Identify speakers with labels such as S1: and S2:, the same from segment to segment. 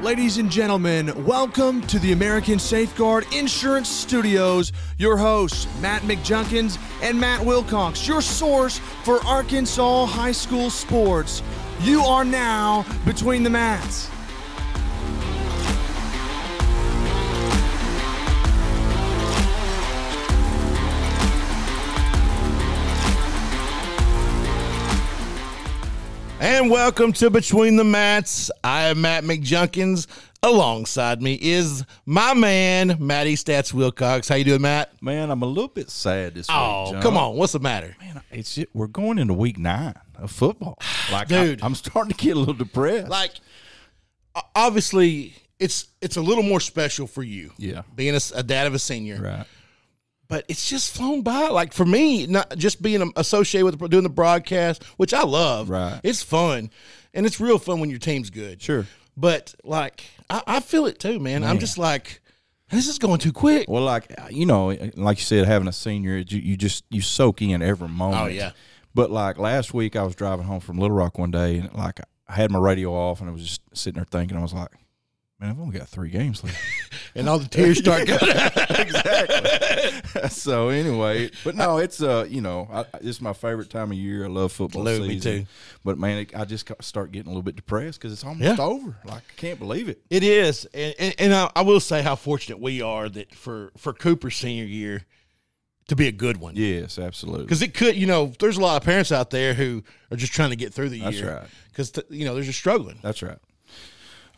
S1: Ladies and gentlemen, welcome to the American Safeguard Insurance Studios. Your hosts, Matt McJunkins and Matt Wilcox, your source for Arkansas high school sports. You are now between the mats.
S2: And welcome to Between the Mats. I am Matt McJunkins. Alongside me is my man, Matty Stats Wilcox. How you doing, Matt?
S3: Man, I'm a little bit sad this
S2: Oh,
S3: week. John.
S2: come on. What's the matter?
S3: Man, it's ju- we're going into week nine of football. Like,
S2: Dude.
S3: I, am starting to get a little depressed.
S2: Like, o- obviously, it's it's a little more special for you.
S3: Yeah.
S2: Being a, s- a dad of a senior.
S3: right?
S2: But it's just flown by. Like, for me, not just being associated with doing the broadcast, which I love.
S3: Right.
S2: It's fun. And it's real fun when your team's good.
S3: Sure.
S2: But, like, I, I feel it too, man. I'm just like, this is going too quick.
S3: Well, like you know, like you said, having a senior, you, you just you soak in every moment.
S2: Oh, yeah.
S3: But like last week, I was driving home from Little Rock one day, and like I had my radio off, and I was just sitting there thinking, I was like, man, I've only got three games left.
S2: and all the tears start going.
S3: so anyway, but no, it's uh, you know, I, I- it's my favorite time of year. I love football
S2: Lou,
S3: season.
S2: me too.
S3: But man, it, I just got- start getting a little bit depressed because it's almost
S2: Yeah.
S3: over. Like I can't believe it.
S2: It is, and and, and I, I will say how fortunate we are that for for Cooper's senior year to be a good one.
S3: Yes, absolutely.
S2: Because it could, you know, there's a lot of parents out there who are just trying to get through the
S3: That's
S2: year.
S3: right.
S2: Because you know they're just struggling.
S3: That's right.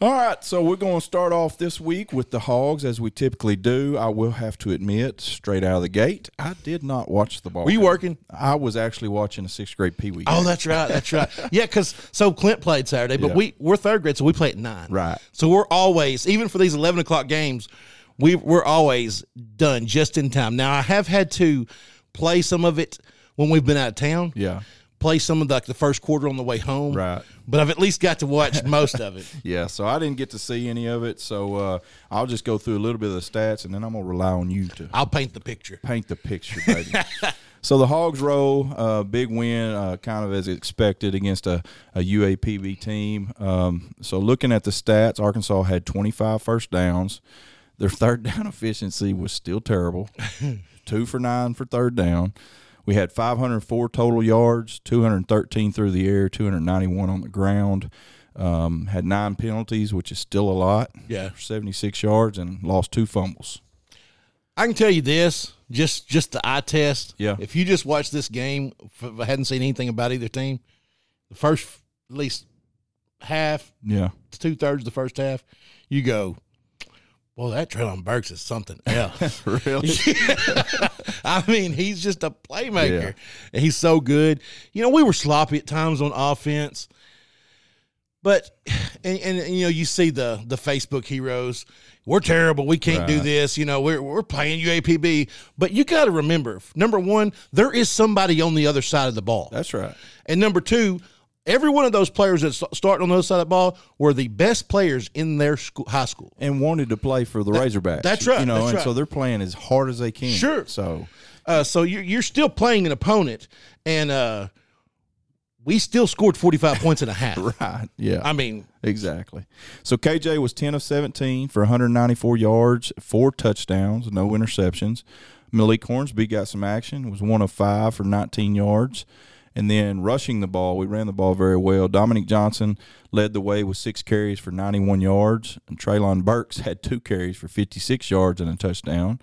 S3: All right, so we're going to start off this week with the Hogs as we typically do. I will have to admit, straight out of the gate, I did not watch the ball.
S2: Were you
S3: game.
S2: working?
S3: I was actually watching a sixth grade pee wee.
S2: Oh, that's right. That's right. Yeah, because so Clint played Saturday, but
S3: Yeah.
S2: we we're third grade, so we play at nine.
S3: Right.
S2: So we're always even for these eleven o'clock games, we we're always done just in time. Now I have had to play some of it when we've been out of town.
S3: Yeah.
S2: Play some of the, like the first quarter on the way home.
S3: Right.
S2: But I've at least got to watch most of it.
S3: Yeah, so I didn't get to see any of it. So uh, I'll just go through a little bit of the stats, and then I'm gonna rely on you to
S2: I'll paint the picture.
S3: paint the picture, baby. so the Hogs roll, uh, big win, uh, kind of as expected against a, a UAPB team. Um, so looking at the stats, Arkansas had 25 first downs. Their third down efficiency was still terrible, two for nine for third down. We had 504 total yards, 213 through the air, 291 on the ground. Um, had nine penalties, which is still a lot.
S2: Yeah.
S3: 76 yards and lost two fumbles.
S2: I can tell you this, just just the eye test.
S3: Yeah.
S2: If you just watch this game, if I hadn't seen anything about either team, the first at least half,
S3: Yeah.
S2: two thirds of the first half, you go, well, that Traylon Burks is something else.
S3: Really?
S2: I mean, he's just a playmaker,
S3: Yeah.
S2: and he's so good. You know, we were sloppy at times on offense, but and, and you know, you see the the Facebook heroes. We're terrible. We can't do
S3: Right.
S2: this. You know, we're we're playing UAPB, but you got to remember, number one, there is somebody on the other side of the ball.
S3: That's right.
S2: And number two, every one of those players that st- started on the other side of the ball were the best players in their school, high school.
S3: and wanted to play for the Razorbacks.
S2: that's right,
S3: You know,
S2: that's
S3: and
S2: right.
S3: so they're playing as hard as they can.
S2: Sure.
S3: So
S2: Uh, so you're, you're still playing an opponent, and uh, we still scored 45 points and a half.
S3: right, yeah,
S2: I mean,
S3: exactly. So KJ was ten of seventeen for 194 yards, four touchdowns, no interceptions. Malik Hornsby got some action, was one of five for 19 yards. And then rushing the ball, we ran the ball very well. Dominic Johnson led the way with six carries for 91 yards, and Traylon Burks had two carries for 56 yards and a touchdown.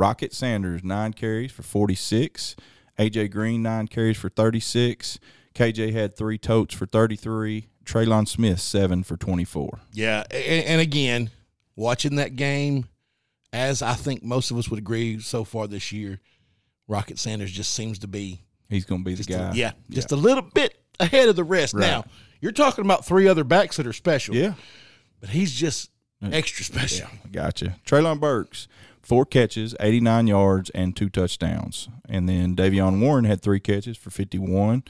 S3: Rocket Sanders, nine carries for 46. AJ Green, nine carries for 36. KJ had three totes for 33. Traylon Smith, seven for 24.
S2: yeah. And, and again, watching that game, as I think most of us would agree so far this year, Rocket Sanders just seems to be,
S3: He's going to be the guy.
S2: yeah, just a little bit ahead of the rest. Now, you're talking about three other backs that are special,
S3: Yeah.
S2: but he's just extra special.
S3: Gotcha. Traylon Burks, four catches, 89 yards, and two touchdowns. And then Davion Warren had three catches for 51.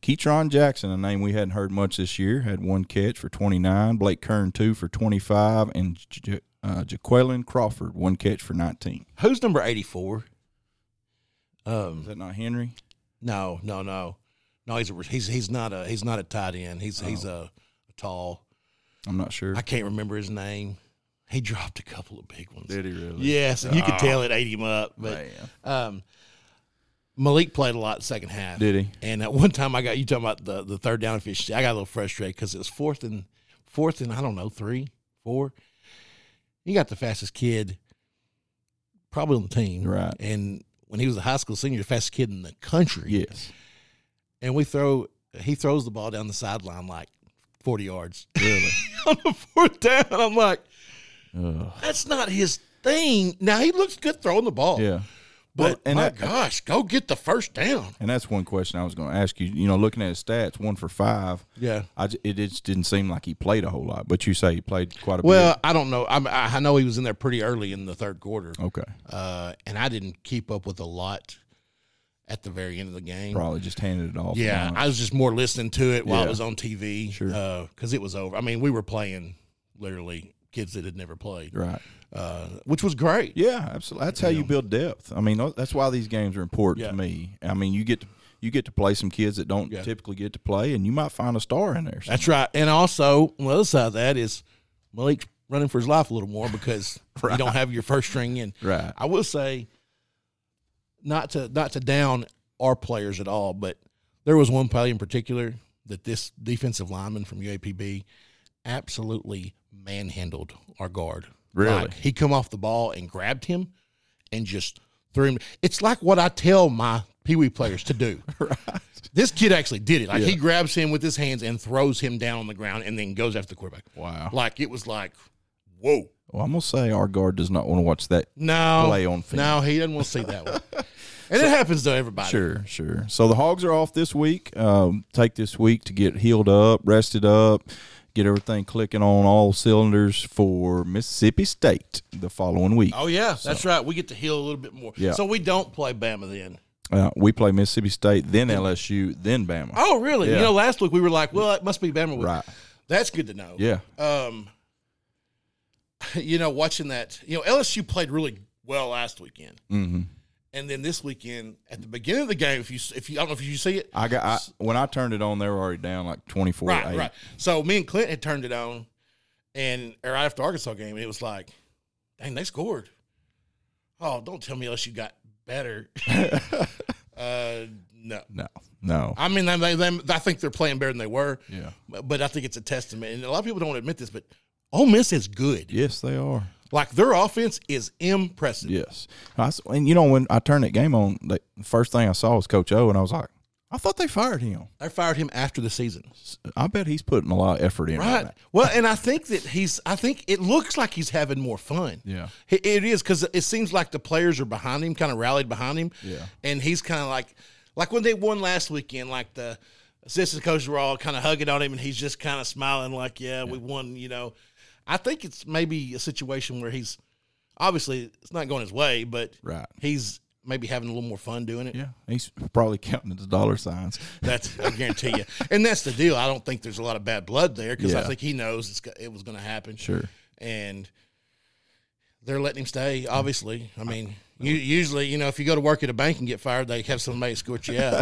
S3: Keetron Jackson, a name we hadn't heard much this year, had one catch for 29. Blake Kern, two for 25. And J- uh, Jaqueline Crawford, one catch for 19.
S2: Who's number 84? Um,
S3: Is that not Henry?
S2: No, no,
S3: Oh.
S2: no, no. He's a, he's he's not a he's not a tight end. He's he's a, a tall.
S3: I'm not sure.
S2: I can't remember his name. He dropped a couple of big ones.
S3: Did he really?
S2: Yes, and you could tell it ate him up. But
S3: Man.
S2: um, Malik played a lot second half.
S3: Did he?
S2: And at one time, I got you talking about the the third down efficiency. I got a little frustrated because it was fourth and fourth and I don't know three, four. You got the fastest kid, probably on the team,
S3: Right.
S2: And when he was a high school senior, the fastest kid in the country.
S3: Yes.
S2: And we throw, he throws the ball down the sideline like forty yards
S3: Really?
S2: on the fourth down. I'm like,
S3: Ugh.
S2: that's not his thing. Now he looks good throwing the ball.
S3: Yeah.
S2: But
S3: Well, and
S2: my
S3: that-
S2: gosh, go get the first down.
S3: And that's one question I was going to ask you. You know, looking at his stats, one for five.
S2: Yeah.
S3: I j- it just didn't seem like he played a whole lot, but you say he played quite a
S2: Well, I don't know. I'm, I I know he was in there pretty early in the third quarter,
S3: bit. Okay.
S2: uh, and I didn't keep up with a lot at the very end of the game.
S3: Probably just handed it off.
S2: Yeah,
S3: Right.
S2: I was just more listening to it while
S3: Yeah.
S2: it was on TV,
S3: Sure.
S2: because it was over. I mean, we were playing literally kids that had never played,
S3: right.
S2: uh, which was great.
S3: Yeah, absolutely. That's how you build depth. I mean, tho- that's why these games are important
S2: Yeah.
S3: to me. I mean, you get to, you get to play some kids that don't
S2: Yeah.
S3: typically get to play, and you might find a star in there.
S2: That's right. And also, on the other side of that is Malik's running for his life a little more because you don't have your first string in.
S3: Right.
S2: I will say, not to not to down our players at all, but there was one play in particular that this defensive lineman from UAPB absolutely manhandled our guard.
S3: Really?
S2: Like, he come off the ball and grabbed him and just threw him. It's like what I tell my Pee Wee players to do. This kid actually did it. Like he grabs him with his hands and throws him down on the ground and then goes after the quarterback.
S3: Wow.
S2: Like it was like, whoa.
S3: Well, I'm gonna say our guard does not want to watch that.
S2: No.
S3: Play on film.
S2: No, he doesn't want to see that one. And it happens to everybody.
S3: Sure, sure. So the hogs are off this week. Um, take this week to get healed up, rested up, get everything clicking on all cylinders for Mississippi State the following week.
S2: Oh yeah, that's right. We get to heal a little bit more.
S3: Yeah.
S2: So we don't play Bama then.
S3: Uh, we play Mississippi State, then LSU, then Bama.
S2: Oh really? You
S3: Yeah.
S2: know, last week we were like, well, it must be Bama. week.
S3: Right.
S2: That's good to know.
S3: Yeah.
S2: Um, you know, watching that, you know, LSU played really well last weekend,
S3: hmm
S2: and then this weekend at the beginning of the game, if you if you I don't know if you see it,
S3: I got I, when I turned it on, they were already down like twenty four
S2: right,
S3: eight.
S2: right. So me and Clint had turned it on, and or right after Arkansas game, and it was like, dang, they scored. Oh, don't tell me LSU got better. uh, no.
S3: No, no.
S2: I mean, they, they, they, I think they're playing better than they were,
S3: yeah.
S2: but but I think it's a testament. And a lot of people don't want to admit this, but Ole Miss is good.
S3: Yes, they are.
S2: Like their offense is impressive.
S3: Yes. I s and you know when I turned that game on, the first thing I saw was Coach O, and I was like, I thought they fired him.
S2: They fired him after the season,
S3: I bet he's putting a lot of effort in.
S2: right?
S3: now.
S2: Well, and I think that he's. I think it looks like he's having more fun.
S3: Yeah.
S2: It- it is because it seems like the players are behind him, kind of rallied behind him.
S3: Yeah.
S2: and he's kind of like, like when they won last weekend, like the assistant coaches were all kind of hugging on him, and he's just kind of smiling, like, yeah, we won. You know, I think it's maybe a situation where he's obviously it's not going his way, but
S3: Right.
S2: he's maybe having a little more fun doing it.
S3: Yeah, he's probably counting the dollar signs.
S2: That's I guarantee you, and that's the deal. I don't think there's a lot of bad blood there because I
S3: Yeah.
S2: think he knows it's, go- it was going to happen.
S3: Sure.
S2: and they're letting him stay. Obviously, I mean, you, usually, you know, if you go to work at a bank and get fired, they have somebody escort you out.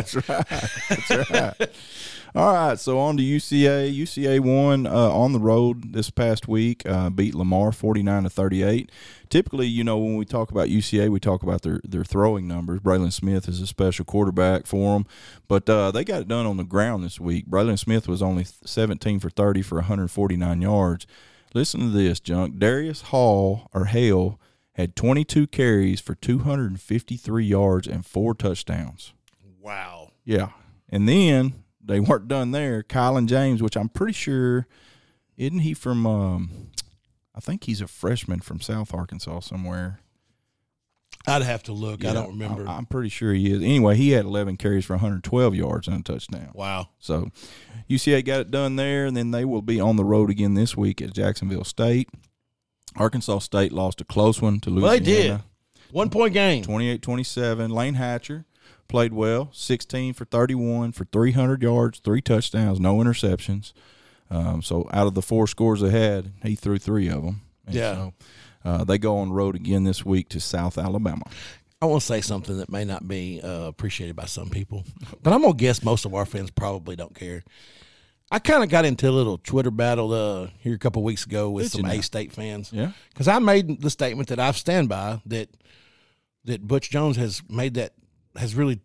S3: All right, so on to UCA. UCA won uh, on the road this past week, uh, beat Lamar 49 to 38. Typically, you know, when we talk about UCA, we talk about their, their throwing numbers. Braylon Smith is a special quarterback for them, but uh, they got it done on the ground this week. Braylon Smith was only 17 for 30 for 149 yards. Listen to this, Junk. Darius Hall, or Hale, had 22 carries for 253 yards and four touchdowns.
S2: wow.
S3: Yeah. And then they weren't done there. Kylan James, which I'm pretty sure, isn't he from, um, I think he's a freshman from South Arkansas somewhere.
S2: I'd have to look. I don't remember.
S3: I, am pretty sure he is. Anyway, he had 11 carries for 112 yards and a touchdown.
S2: wow.
S3: So UCA got it done there, and then they will be on the road again this week at Jacksonville State. Arkansas State lost a close one to
S2: Well,
S3: Louisiana.
S2: they did one point game.
S3: 28 27. Lane Hatcher played well, 16 for 31 for 300 yards, three touchdowns, no interceptions. Um, so out of the four scores they had, he threw three of them. And
S2: Yeah.
S3: So, uh, they go on the road again this week to South Alabama.
S2: I want to say something that may not be uh, appreciated by some people, but I'm gonna guess most of our fans probably don't care. I kind of got into a little Twitter battle uh, here a couple weeks ago with
S3: Did you
S2: some
S3: now?
S2: A State fans.
S3: Yeah.
S2: because I made the statement that I stand by that that Butch Jones has made that has really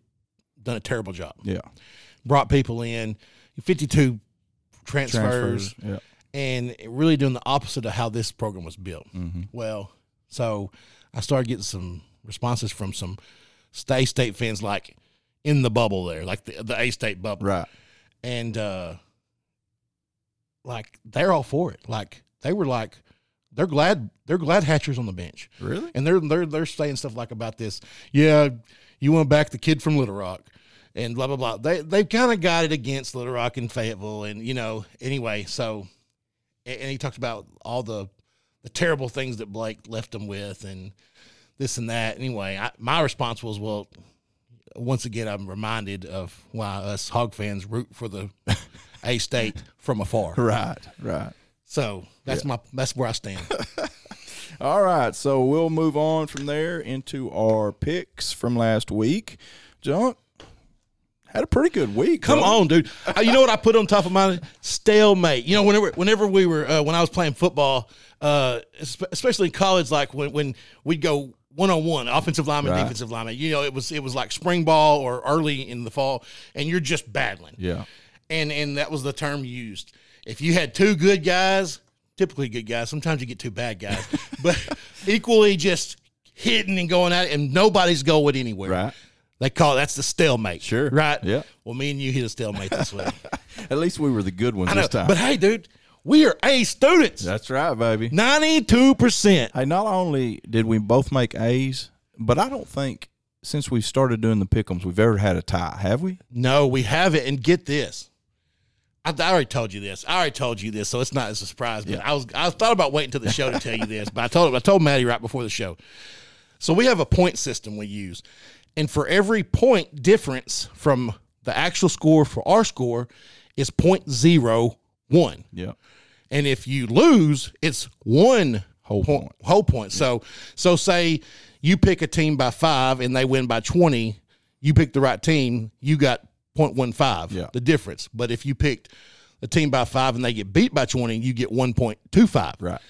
S2: done a terrible job.
S3: Yeah.
S2: Brought people in, fifty two transfers,
S3: Yeah.
S2: and really doing the opposite of how this program was built. Well, so I started getting some responses from some State State fans, like in the bubble there, like the the A State bubble,
S3: Right.
S2: and uh like they're all for it. Like they were like they're glad they're glad Hatcher's on the bench.
S3: Really?
S2: And they're they're they're saying stuff like about this. Yeah, you want back the kid from Little Rock and blah blah blah. They they've kind of got it against Little Rock and Fayetteville and you know, anyway, so and, and he talked about all the the terrible things that Blake left him with and this and that. Anyway, I, my response was, well, once again, I'm reminded of why us hog fans root for the A State from afar.
S3: Right. Right.
S2: So that's my that's where I stand.
S3: All right, so we'll move on from there into our picks from last week. John had a pretty good week.
S2: Come
S3: bro.
S2: on, dude. Uh, you know what I put on top of my stalemate. You know, whenever whenever we were uh, when I was playing football, uh, espe- especially in college, like when when we'd go one on one, offensive lineman,
S3: Right.
S2: defensive lineman. You know, it was it was like spring ball or early in the fall, and you're just battling.
S3: Yeah.
S2: and and that was the term used. If you had two good guys, typically good guys, sometimes you get two bad guys, but equally just hitting and going at it, and nobody's going anywhere.
S3: Right.
S2: They call that's the stalemate.
S3: Sure.
S2: Right.
S3: Yeah.
S2: Well, me and you hit a stalemate this week.
S3: At least we were the good ones
S2: I know.
S3: this time.
S2: But hey, dude, we are A students.
S3: That's right, baby.
S2: Ninety-two percent.
S3: Hey, not only did we both make A's, but I don't think since we started doing the pickums we've ever had a tie, have we?
S2: No, we have it. And get this. I, I already told you this. I already told you this, so it's not a surprise. But I was I thought about waiting to the show to tell you this, but I told I told Maddie right before the show. So we have a point system we use, and for every point difference from the actual score for our score, is point zero one.
S3: Yeah.
S2: and if you lose, it's one
S3: Whole
S2: point,
S3: point.
S2: Whole point. So, so say you pick a team by five and they win by twenty. You picked the right team. You got 0.15,
S3: Yeah.
S2: the difference. But if you picked a team by five and they get beat by twenty, you get one point two five.
S3: Right.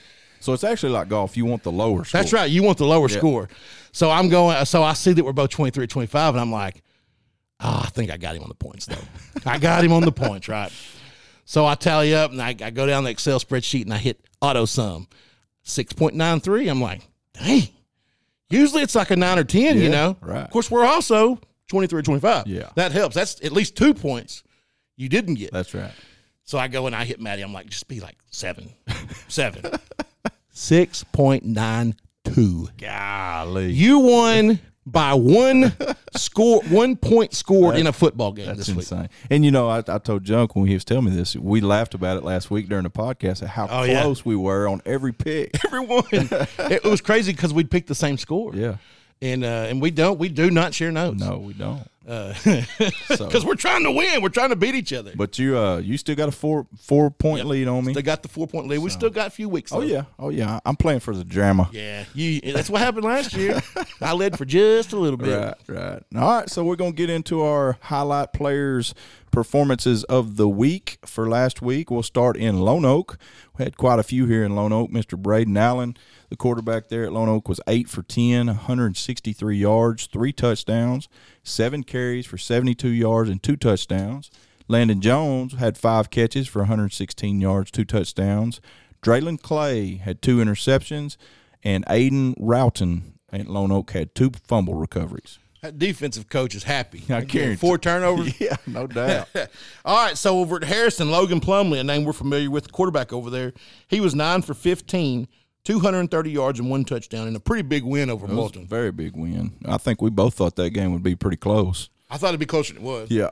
S3: So it's actually like golf. You want the lower score.
S2: That's right. You want the lower score. So I'm going. So I see that we're both 23 or 25, and I'm like, ah, I think I got him on the points, though. I got him on the points, right? So I tally up and I, I go down the Excel spreadsheet and I hit auto sum 6.93. I'm like, dang. Usually it's like a nine or 10,
S3: Yeah,
S2: you know?
S3: right.
S2: Of course, we're also 23 or 25.
S3: Yeah.
S2: That helps. That's at least two points you didn't get.
S3: That's right.
S2: So I go and I hit Maddie. I'm like, just be like seven, seven, six point nine two.
S3: Golly.
S2: You won by one score, one point scored in a football game
S3: That's
S2: this week.
S3: insane. And you know, I, I told Junk when he was telling me this, we laughed about it last week during the podcast at how
S2: Oh, yeah.
S3: close we were on every pick.
S2: Everyone, it was crazy because we'd pick the same score.
S3: yeah.
S2: and uh, and we don't, we do not share notes.
S3: No, we don't.
S2: because we're trying to win. We're trying to beat each other.
S3: But you uh you still got a four four point lead on me.
S2: They got the four point lead. We still got a few weeks.
S3: Oh
S2: left.
S3: yeah. Oh yeah. I'm playing for the drama.
S2: yeah. You, that's what happened last year. I led for just a little bit.
S3: Right, right. All right, so we're going to get into our highlight players' performances of the week for last week. We'll start in Lone Oak. We had quite a few here in Lone Oak. Mr. Braden Allen, the quarterback there at Lone Oak, was 8 for 10, 163 yards, three touchdowns, seven carries for 72 yards, and two touchdowns. Landon Jones had five catches for 116 yards, two touchdowns. Draylen Clay had two interceptions, and Aiden Routon at Lone Oak had two fumble recoveries.
S2: That defensive coach is happy.
S3: I
S2: Again,
S3: guarantee-
S2: Four turnovers.
S3: Yeah, no doubt.
S2: All right, so over at Harrison, Logan Plumley, a name we're familiar with, the quarterback over there, he was nine for 15, 230 yards and one touchdown, and a pretty big win over Moulton.
S3: Very big win. I think we both thought that game would be pretty close.
S2: I thought it'd be closer than it was.
S3: Yeah.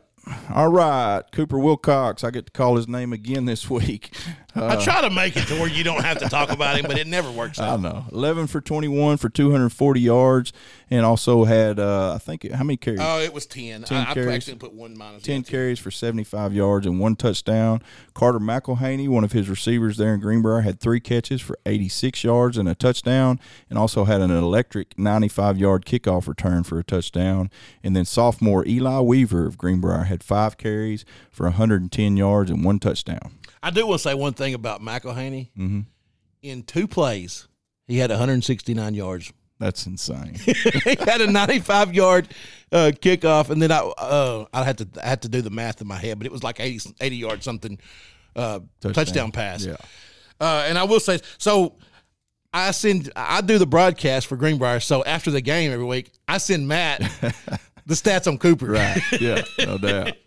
S3: All right, Cooper Wilcox. I get to call his name again this week.
S2: I try to make it to where you don't have to talk about him, but it never works
S3: I
S2: out.
S3: don't know. 11 for 21 for 240 yards, and also had, uh, I think, how many carries?
S2: Oh, it was 10.
S3: 10
S2: I, I
S3: carries.
S2: actually put one minus
S3: 10
S2: one.
S3: carries for 75 yards and one touchdown. Carter McElhaney, one of his receivers there in Greenbrier, had three catches for 86 yards and a touchdown, and also had an electric 95 yard kickoff return for a touchdown. And then sophomore Eli Weaver of Greenbrier had five carries for 110 yards and one touchdown.
S2: I do want to say one thing about McElhaney. In two plays, he had 169 yards.
S3: That's insane.
S2: he had a 95 yard uh, kickoff, and then I uh, I had to I had to do the math in my head, but it was like 80 80 yard something uh, touchdown. pass.
S3: yeah.
S2: Uh, and I will say so. I send I do the broadcast for Greenbrier, so after the game every week, I send Matt the stats on Cooper.
S3: Right. Yeah. No doubt.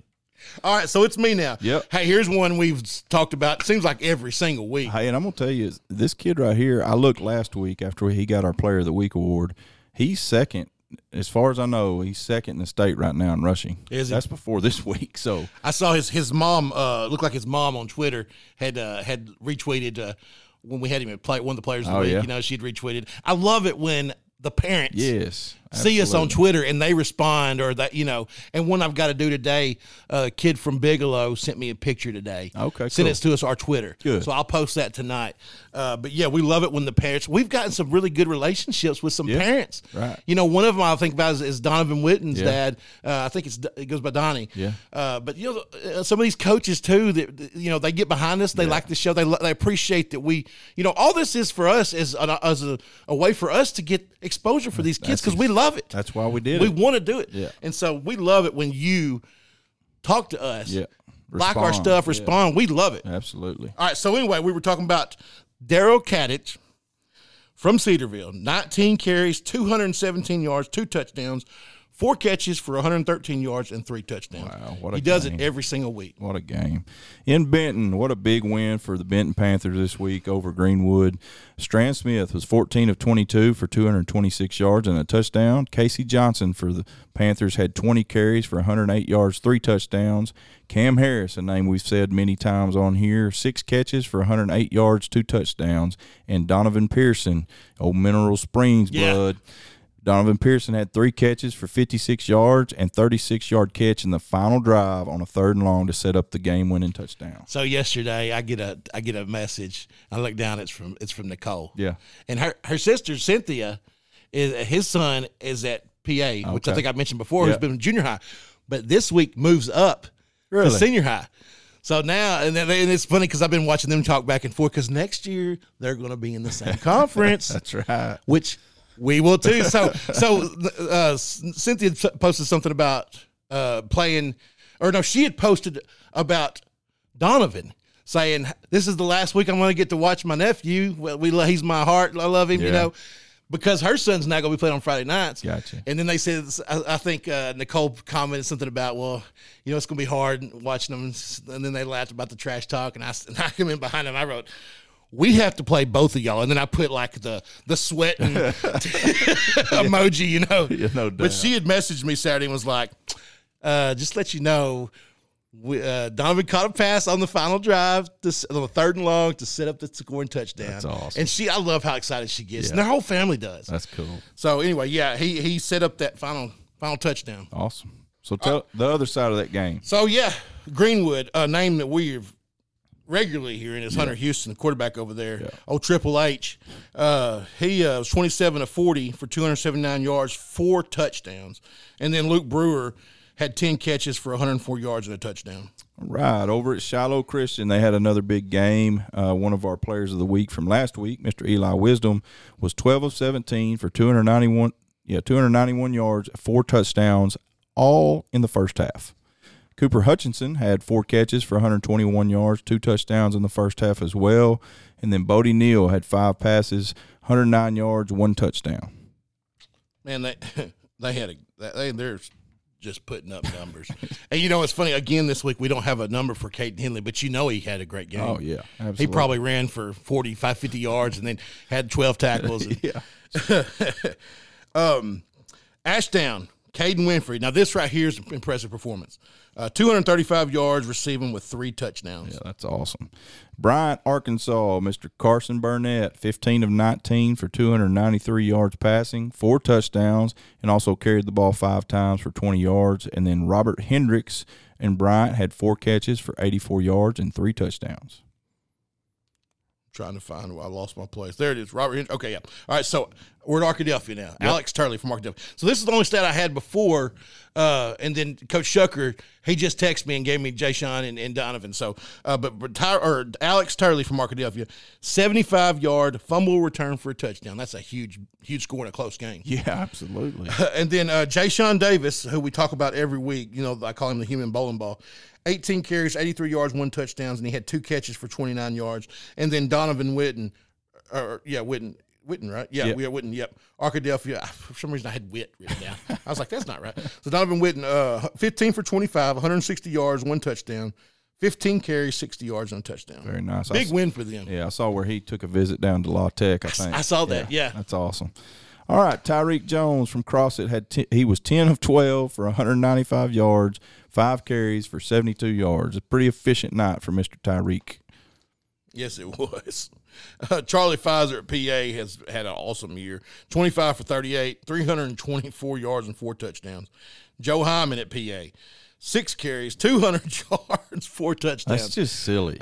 S2: All right, so it's me now.
S3: Yep.
S2: Hey, here's one we've talked about. Seems like every single week.
S3: Hey, and I'm gonna tell you, this kid right here. I looked last week after he got our Player of the Week award. He's second, as far as I know. He's second in the state right now in rushing.
S2: Is he?
S3: That's before this week. So
S2: I saw his his mom uh, looked like his mom on Twitter had uh, had retweeted uh, when we had him at play one of the players of the
S3: Oh,
S2: week.
S3: yeah.
S2: You know, she'd retweeted. I love it when the parents
S3: yes,
S2: see us on
S3: absolutely.
S2: Twitter and they respond or that you know. And one I've got to do today, a kid from Bigelow sent me a picture today.
S3: Okay,
S2: sent
S3: cool.
S2: it to us our Twitter.
S3: Good.
S2: So I'll post that tonight. Uh, but yeah, we love it when the parents. We've gotten some really good relationships with some
S3: Yeah,
S2: parents.
S3: right.
S2: You know, one of them I think about is, is Donovan Witten's
S3: Yeah.
S2: dad. Uh, I think it's it goes by Donnie.
S3: Yeah.
S2: Uh, but you know, uh, some of these coaches too that that, you know they get behind us. They like the show. They lo- they appreciate that we. You know, all this is for us is an, as a, a way for us to get exposure for these kids because we love it.
S3: That's why we did
S2: we
S3: it.
S2: want to do it.
S3: Yeah.
S2: And so we love it when you talk to us.
S3: Yeah.
S2: Like our
S3: Respond.
S2: stuff,
S3: Yeah.
S2: respond. We love it.
S3: Absolutely.
S2: All right. So anyway, we were talking about Daryl Kadich from Cedarville. 19 carries, 217 yards, two touchdowns, four catches for 113 yards and three touchdowns.
S3: Wow, what a
S2: he does
S3: game.
S2: it every single week.
S3: What a game. In Benton, what a big win for the Benton Panthers this week over Greenwood. Strand Smith was 14 of 22 for 226 yards and a touchdown. Casey Johnson for the Panthers had 20 carries for 108 yards, three touchdowns. Cam Harris, a name we've said many times on here, six catches for 108 yards, two touchdowns. And Donovan Pearson, old Mineral Springs
S2: Yeah.
S3: blood. Donovan Pearson had three catches for 56 yards and 36 yard catch in the final drive on a third and long to set up the game winning touchdown.
S2: So yesterday, I get a I get a message. I look down. It's from it's from Nicole.
S3: Yeah.
S2: and her her sister Cynthia is his son is at PA, which I
S3: Okay.
S2: think I mentioned before.
S3: Yeah.
S2: Who's been in junior high, but this week moves up
S3: Really?
S2: to senior high. So now, and, then- and it's funny because I've been watching them talk back and forth. Because next year they're going to be in the same conference
S3: That's right.
S2: which we will too. So, so uh, Cynthia posted something about uh, playing, or no, she had posted about Donovan saying, "This is the last week I'm going to get to watch my nephew. Well, we lo- he's my heart. I love him. You
S3: Yeah.
S2: know." Because her son's not going to be playing on Friday nights.
S3: Gotcha.
S2: And then they said, I, I think uh, Nicole commented something about, well, you know, it's going to be hard watching them. And then they laughed about the trash talk. And I, s- and I come in behind them. I wrote, we have to play both of y'all. And then I put like the the sweat and emoji, you know.
S3: Yeah, no doubt.
S2: But she had messaged me Saturday and was like, uh, just let you know, we, uh, Donovan caught a pass on the final drive, to, s- on the third and long, to set up the scoring touchdown.
S3: That's awesome.
S2: And she, I love how excited she gets, and
S3: Yeah.
S2: their whole family does.
S3: That's cool.
S2: So anyway, yeah, he he set up that final final touchdown.
S3: Awesome. So tell the other side of that game.
S2: So yeah, Greenwood, a name that we've regularly hearing is Hunter Houston, the quarterback over there. Oh, Triple H. Uh, he uh, was twenty seven to forty for two hundred seventy nine yards, four touchdowns, and then Luke Brewer had ten catches for one hundred four yards and a touchdown.
S3: All Right over at Shiloh Christian, they had another big game. Uh, one of our players of the week from last week, Mr. Eli Wisdom, was 12 of 17 for 291, yeah, 291 yards, four touchdowns, all in the first half. Cooper Hutchinson had four catches for 121 yards, two touchdowns in the first half as well, and then Bodie Neal had five passes, 109 yards, one touchdown.
S2: Man, they they had a they they're just putting up numbers. and you know it's funny again this week we don't have a number for Caden Henley, but you know he had a great game.
S3: Oh yeah, absolutely.
S2: He probably ran for 45, 50 yards and then had 12 tackles. yeah. um, Ashdown, Caden Winfrey. Now, this right here is an impressive performance. Uh, 235 yards receiving with three touchdowns.
S3: Yeah, that's awesome. Bryant, Arkansas, Mr. Carson Burnett, 15 of 19 for 293 yards passing, four touchdowns, and also carried the ball five times for 20 yards. And then Robert Hendricks and Bryant had four catches for 84 yards and three touchdowns.
S2: trying to find where I lost my place. There it is. Robert Hinch. Okay, yeah. All right, so we're at Arkadelphia now. Alex Turley from Arkadelphia. So this is the only stat I had before. Uh, and then Coach Shucker, he just texted me and gave me Jay Sean and, and Donovan. So, uh, but, but Ty, or Alex Turley from Arkadelphia, 75 yard fumble return for a touchdown. That's a huge, huge score in a close game.
S3: Yeah, absolutely.
S2: And then uh, Jay Sean Davis, who we talk about every week, you know, I call him the human bowling ball. 18 carries, 83 yards, one touchdowns, and he had two catches for 29 yards. And then Donovan Witten, uh, or yeah, Witten, Witten, right? Yeah,
S3: Yep.
S2: we are Witten. Yep, Arkadelphia. ah, For some reason, I had Witt written down. I was like, that's not right. So Donovan Witten, uh, 15 for 25, 160 yards, one touchdown, 15 carries, 60 yards, and a touchdown.
S3: Very nice. I
S2: Big
S3: s-
S2: win for them.
S3: Yeah, I saw where he took a visit down to La Tech. I think
S2: I saw that. Yeah.
S3: that's awesome. All right, Tyreek Jones from CrossFit had t- he was ten of twelve for 195 yards, five carries for 72 yards. A pretty efficient night for Mister Tyreek.
S2: Yes, it was. Uh, Charlie Pfizer at PA has had an awesome year 25 for 38, 324 yards, and four touchdowns. Joe Hyman at PA, six carries, 200 yards, four
S3: That's
S2: touchdowns.
S3: just silly.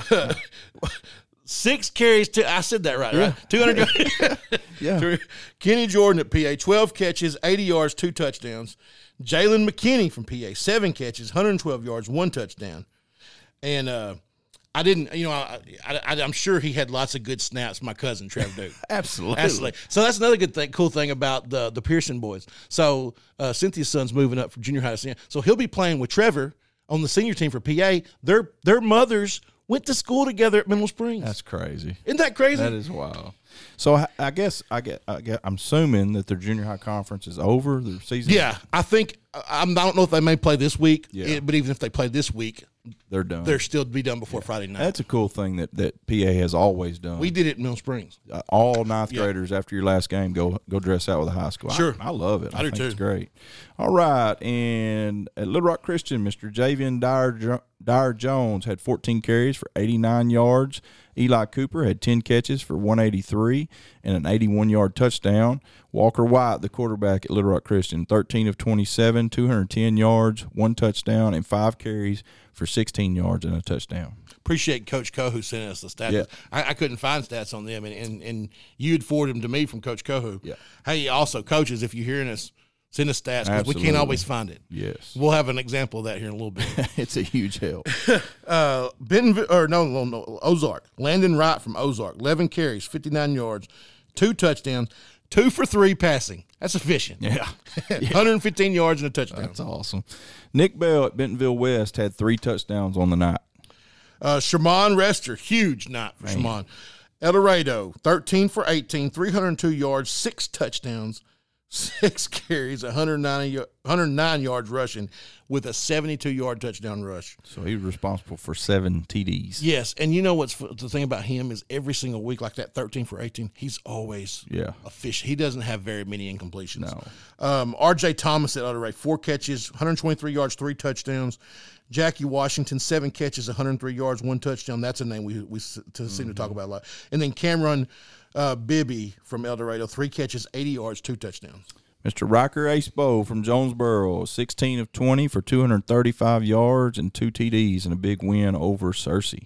S2: Six carries, two, I said that right, right? 200
S3: yeah,
S2: Kenny Jordan at PA, 12 catches, 80 yards, two touchdowns. Jalen McKinney from PA, seven catches, 112 yards, one touchdown. And uh, I didn't, you know, I, I, I, I'm sure he had lots of good snaps. My cousin Trev Duke.
S3: absolutely.
S2: Absolutely. So that's another good thing, cool thing about the the Pearson boys. So uh, Cynthia's son's moving up from junior high to senior, so he'll be playing with Trevor on the senior team for PA. Their their mothers went to school together at Mineral Springs.
S3: That's crazy.
S2: Isn't that crazy?
S3: That is wild. So I, I guess I get, I get I'm assuming that their junior high conference is over. Their season,
S2: yeah, I think I- I'm. I don't know if they may play this week,
S3: Yeah.
S2: eh, but even if they play this week,
S3: they're done.
S2: they're still to be done before Friday night.
S3: That's a cool thing that that PA has always done.
S2: we did it in Mineral Springs.
S3: uh, all ninth graders after your last game go go dress out with a high school. I-
S2: Sure.
S3: I, love it. I,
S2: do
S3: think
S2: too.
S3: It's great. All right, and at Little Rock Christian, Mr. Javian Dyer Jo- Dyer Jones had 14 carries for 89 yards. Eli Cooper had 10 catches for 183 and an 81 yard touchdown. Walker White, the quarterback at Little Rock Christian, 13 of 27, 210 yards, one touchdown, and five carries for 16 yards and a touchdown.
S2: Appreciate Coach Cohu sending us the stats.
S3: Yeah.
S2: I, I couldn't find stats on them, and, and, and you'd forward them to me from Coach Cohu.
S3: Yeah.
S2: Hey, also, coaches, if you're hearing us, send us stats because we
S3: Absolutely.
S2: can't always find it.
S3: Yes,
S2: We'll have an example of that here in a little bit.
S3: it's a huge help.
S2: uh, Benton, or no, no, no, Ozark. Landon Wright from Ozark. 11 carries, 59 yards, two touchdowns, two for three passing. That's efficient.
S3: Yeah.
S2: 115 yards and a touchdown.
S3: That's awesome. Nick Bell at Bentonville West had three touchdowns on the night.
S2: Uh, Sherman Rester, huge night for Sherman. El Dorado, 13 for 18, 302 yards, six touchdowns, six carries, 190, y- 109 yards rushing with a 72 yard touchdown rush.
S3: So he was responsible for seven TDs.
S2: Yes, and you know what's f- the thing about him is every single week, like that thirteen for eighteen, he's always
S3: Yeah.
S2: a fish. He doesn't have very many incompletions.
S3: No.
S2: Um, R.J. Thomas at Otteray, four catches, one hundred twenty three yards, three touchdowns. Jackie Washington, seven catches, one hundred three yards, one touchdown. That's a name we we s- to seem to
S3: Mm-hmm.
S2: talk about a lot. And then Cameron uh, Bibby from El Dorado, three catches, eighty yards, two touchdowns.
S3: Mr. Riker Ace Bow from Jonesboro, 16 of 20 for 235 yards and two TDs and a big win over Cersei.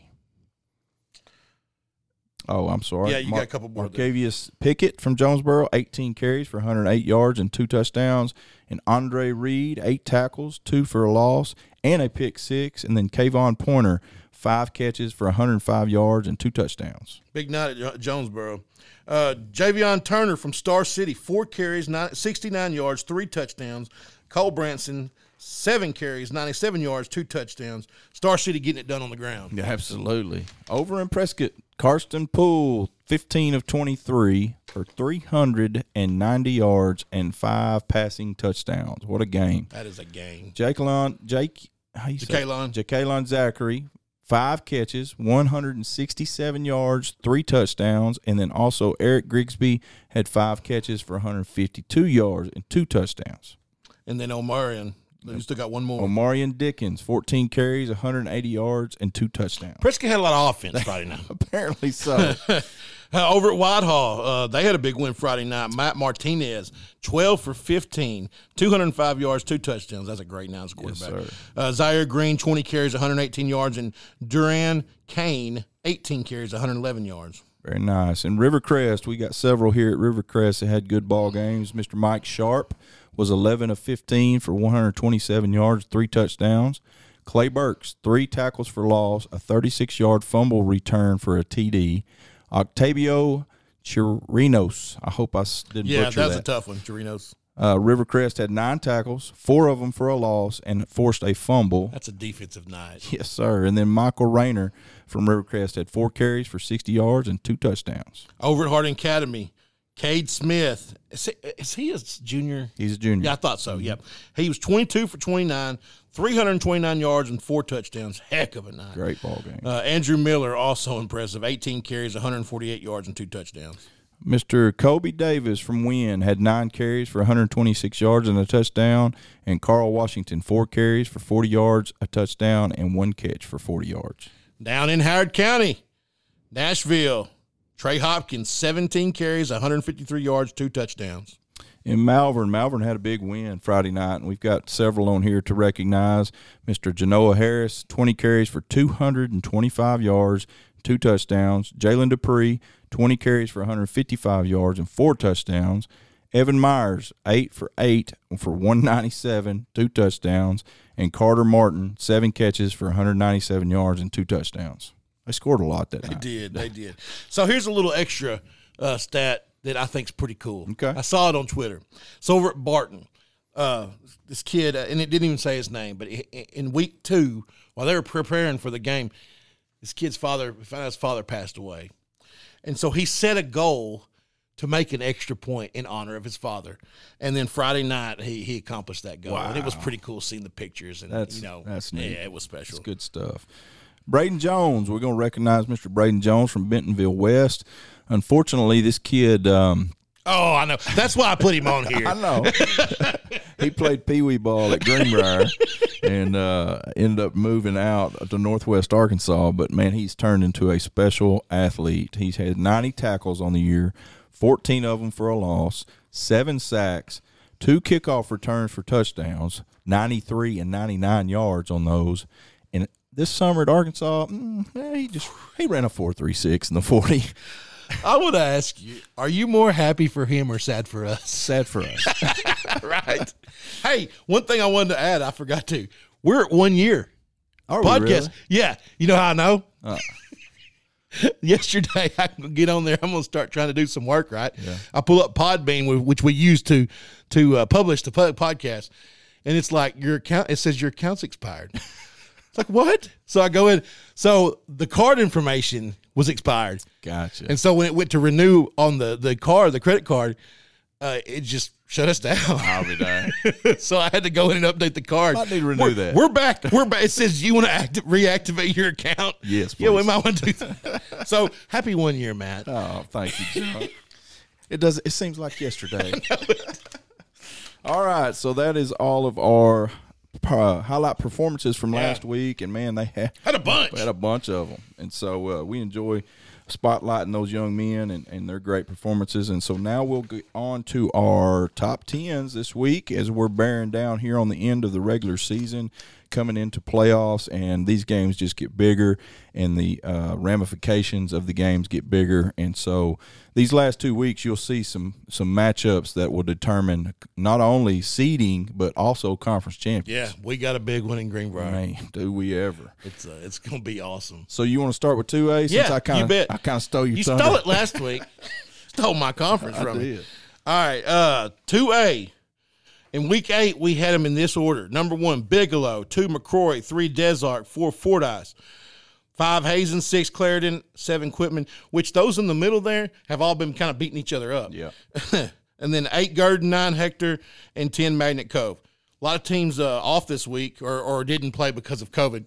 S3: Oh, I'm sorry.
S2: Yeah, you got a couple more there.
S3: Marcavius Pickett from Jonesboro, 18 carries for 108 yards and two touchdowns. And Andre Reed, eight tackles, two for a loss, and a pick six. And then Kayvon Pointer, five catches for 105 yards and two touchdowns.
S2: Big night at Jo- Jonesboro. Uh, Javion Turner from Star City, four carries, nine, 69 yards, three touchdowns. Cole Branson, seven carries, 97 yards, two touchdowns. Star City getting it done on the ground.
S3: Yeah, absolutely. Over in Prescott, Karsten Poole, 15 of 23 for 390 yards and five passing touchdowns. What a game.
S2: That is a game.
S3: Jake Lon, Jake, how you say-
S2: Ja'Kalon.
S3: Ja'Kalon Zachary, five catches, 167 yards, three touchdowns. And then also Eric Grigsby had five catches for 152 yards and two touchdowns.
S2: and then Omarion. They still got one more.
S3: Omarion Dickens, 14 carries, 180 yards, and two touchdowns.
S2: Prescott had a lot of offense Friday night.
S3: Apparently so.
S2: Uh, over at Whitehall, uh, they had a big win Friday night. Matt Martinez, 12 for 15, 205 yards, two touchdowns. That's a great night as a quarterback. uh, Zaire Green, 20 carries, 118 yards. And Duran Kane, 18 carries, 111 yards.
S3: Very nice. And Rivercrest, we got several here at Rivercrest that had good ball games. Mr. Mike Sharp was 11 of 15 for 127 yards, three touchdowns. Clay Burks, three tackles for loss, a 36 yard fumble return for a TD. Octavio Chirinos, I hope I s- didn't
S2: Yeah,
S3: butcher
S2: that was
S3: that.
S2: a tough one, Chirinos.
S3: uh, Rivercrest had nine tackles, four of them for a loss, and forced a fumble.
S2: That's a defensive night.
S3: Yes, sir. And then Michael Rayner from Rivercrest had four carries for 60 yards and two touchdowns.
S2: Over at Harding Academy, Cade Smith. Is he, is he a junior?
S3: He's a junior.
S2: Yeah, I thought so. Yep. He was 22 for 29, 329 yards, and four touchdowns. Heck of a night.
S3: Great ball game.
S2: Uh, Andrew Miller also impressive. 18 carries, 148 yards, and two touchdowns.
S3: Mr. Kobe Davis from Wynn had nine carries for 126 yards and a touchdown, and Carl Washington four carries for 40 yards, a touchdown, and one catch for 40 yards.
S2: Down in Howard County, Nashville, Trey Hopkins 17 carries, 153 yards, two touchdowns.
S3: In Malvern, Malvern had a big win Friday night, and we've got several on here to recognize. Mr. Genoa Harris, 20 carries for 225 yards, two touchdowns. Jalen Dupree, 20 carries for 155 yards and four touchdowns. Evan Myers, 8 for 8 for 197, two touchdowns. And Carter Martin, 7 catches for 197 yards and two touchdowns. They scored a lot that night.
S2: Did they did? So here's a little extra uh, stat that I think's pretty cool.
S3: Okay.
S2: I saw it on Twitter. So over at Barton, uh, this kid, uh, and it didn't even say his name, but i- i- in week two, while they were preparing for the game, this kid's father found out his father passed away, and so he set a goal to make an extra point in honor of his father. And then Friday night, he he accomplished that goal, and it was pretty cool seeing the pictures. And
S3: That's-
S2: you know,
S3: that's neat.
S2: yeah, it was special.
S3: Good stuff. Braden Jones, we're going to recognize Mr. Braden Jones from Bentonville West. Unfortunately, this kid, um,
S2: Oh, I know. That's why I put him on here.
S3: I know, he played pee wee ball at Greenbrier and uh, ended up moving out to Northwest Arkansas. But man, he's turned into a special athlete. He's had 90 tackles on the year, 14 of them for a loss, seven sacks, two kickoff returns for touchdowns, 93 and 99 yards on those. And this summer at Arkansas, mm, eh, he just he ran a four three six in the forty.
S2: I would ask you, are you more happy for him or sad for us?
S3: Sad for us.
S2: right. hey, one thing I wanted to add, I forgot to. We're at one year
S3: Are we
S2: podcast.
S3: Oh, really?
S2: Yeah. You know how I know? Yesterday, I can get on there. I'm gonna start trying to do some work. Right, I pull up Podbean, wh- which we use to to uh, publish the po- podcast, and it's like your account. It says your account's expired. it's like what? So I go in. So the card information was expired.
S3: Gotcha.
S2: And so when it went to renew on the the card, the credit card, uh, it just shut us down. so I had to go in and update the card.
S3: Might need to renew
S2: we're,
S3: that.
S2: We're back. We're back. It says you want to act, reactivate your account.
S3: Yes,
S2: Yeah, we
S3: please.
S2: might want to do that. So happy one year, Matt.
S3: Oh, thank you, John. it does. It seems like yesterday. all right, so that is all of our uh, highlight performances from last week, and man, they had
S2: Had a bunch.
S3: had a bunch of them, and so uh, we enjoy spotlighting those young men and, and their great performances. And so now we'll get on to our top tens this week as we're bearing down here on the end of the regular season, coming into playoffs, and these games just get bigger, and the uh, ramifications of the games get bigger. And so these last two weeks, you'll see some some matchups that will determine not only seeding but also conference
S2: yeah,
S3: champions.
S2: we got a big one in Greenbrier.
S3: Man, do we ever?
S2: It's uh, it's gonna be awesome.
S3: So you want to start with two A? Since
S2: Yeah,
S3: I kinda,
S2: you bet.
S3: I kind of stole your
S2: You
S3: thunder.
S2: stole it last week. stole my conference from me.
S3: did.
S2: All right, uh, two A. In week eight, we had them in this order: number one, Bigelow; two, McCrory; three, Desart; four, Fordyce; five, Hazen; six, Clarendon; seven, Quitman. Which those in the middle there have all been kind of beating each other up.
S3: Yeah.
S2: and then eight, Garden; nine, Hector; and ten, Magnet Cove. A lot of teams uh, off this week or, or didn't play because of COVID.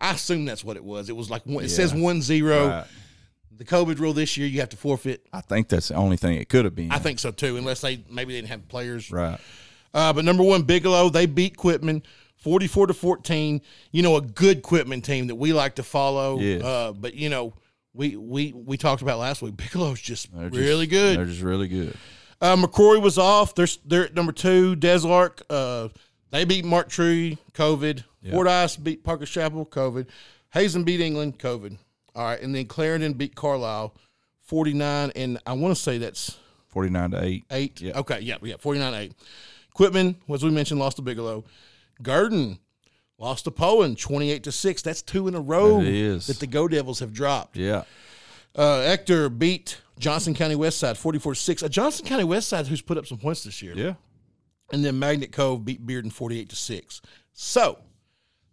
S2: I assume that's what it was. It was like one, it says one zero.
S3: Right.
S2: The COVID rule this year, you have to forfeit.
S3: I think that's the only thing it could have been.
S2: I think so too, unless they maybe they didn't have players.
S3: right.
S2: Uh, but number one, Bigelow, they beat Quitman 44 to 14. You know, a good Quitman team that we like to follow.
S3: Yes.
S2: Uh, but, you know, we, we, we talked about last week. Bigelow's just
S3: They're just-
S2: really good.
S3: They're just really good.
S2: Uh, McCrory was off. They're, they're at number two. Deslark, uh, they beat Mark Tree, COVID. Fordyce beat Parker Chapel, COVID. Hazen beat England, COVID. All right. And then Clarendon beat Carlisle, 49. And I want to say that's
S3: Forty nine to eight.
S2: eight. Okay. Yeah. Yeah. 49 8. Quitman, as we mentioned, lost to Bigelow. Garden lost to Poen, 28 to 6. That's two in a row
S3: That is.
S2: that the Go Devils have dropped.
S3: Yeah.
S2: Uh, Ector beat Johnson County Westside 44 6. A Johnson County Westside who's put up some points this year.
S3: Yeah.
S2: And then Magnet Cove beat Bearden 48 to 6. So,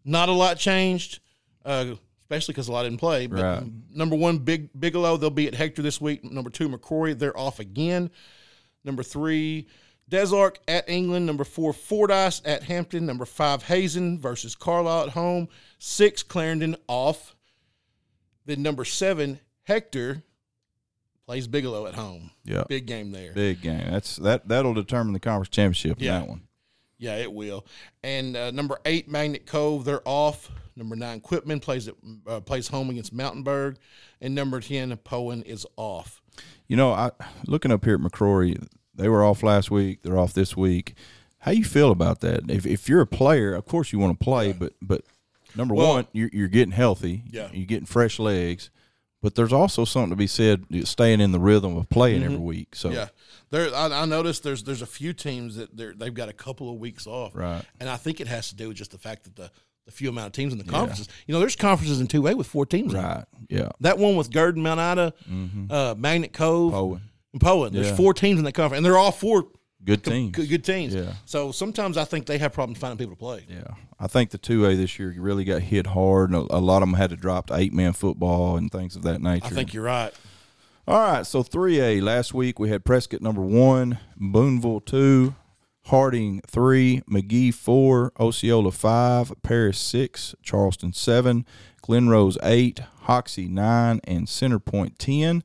S2: not a lot changed, uh, especially because a lot didn't play. But
S3: Right.
S2: number one, Big Bigelow, they'll be at Hector this week. Number two, McCrory, they're off again. Number three, Desark at England. Number four, Fordyce at Hampton. Number five, Hazen versus Carlisle at home. Six, Clarendon off. Then number seven, Hector plays Bigelow at home.
S3: Yeah.
S2: Big game there.
S3: Big game. That's that that'll determine the conference championship in
S2: Yeah.
S3: that one.
S2: Yeah, it will. And uh, number eight, Magnet Cove, they're off. Number nine, Quitman plays at, uh, plays home against Mountainburg, and number ten, Poen is off.
S3: You know, I looking up here at McCrory, they were off last week. They're off this week. How you feel about that? If, if you're a player, of course you want to play, but but number
S2: Well-
S3: one, you're, you're getting healthy.
S2: Yeah.
S3: you're getting fresh legs. But there's also something to be said staying in the rhythm of playing every week. So
S2: Mm-hmm. Yeah, there. I, I noticed there's there's a few teams that they're, they've got a couple of weeks off,
S3: Right.
S2: And I think it has to do with just the fact that the the few amount of teams in the conferences. You know, there's conferences in two A with four teams. in it.
S3: right, yeah,
S2: That one with Gurdon, Mount Ida, uh, Magnet Cove,
S3: Bowen,
S2: and Poen. There's
S3: Yeah.
S2: four teams in that conference, and they're all four
S3: good team.
S2: good, good teams.
S3: Yeah.
S2: So sometimes I think they have problems finding people to play.
S3: Yeah, I think the two A this year really got hit hard, and a, a lot of them had to drop to eight man football and things of that nature.
S2: I think you're right.
S3: All right, so 3A. Last week we had Prescott number one, Boonville two, Harding three, McGee four, Osceola five, Paris six, Charleston seven, Glen Rose eight, Hoxie nine, and Center Point ten.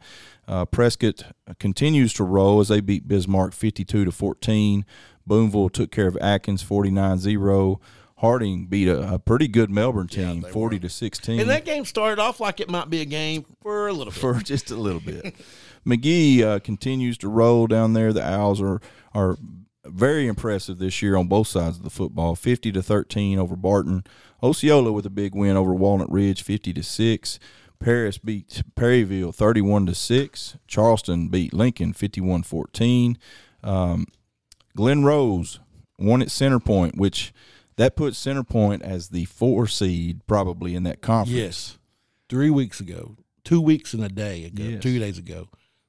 S3: Uh, Prescott continues to roll as they beat Bismarck 52 to 14. Boonville took care of Atkins 49 0. Harding beat a, a pretty good Melbourne team 40 to 16.
S2: And that game started off like it might be a game for a little bit.
S3: for just a little bit. McGee uh, continues to roll down there. The Owls are are very impressive this year on both sides of the football. Fifty to thirteen over Barton. Osceola with a big win over Walnut Ridge, fifty to six. Paris beat Perryville 31 to 6. Charleston beat Lincoln 51 14. Glen Rose won at center point, which that puts center point as the four seed probably in that conference.
S2: yes. Three weeks ago, two weeks and a day ago,
S3: Yes.
S2: two days ago,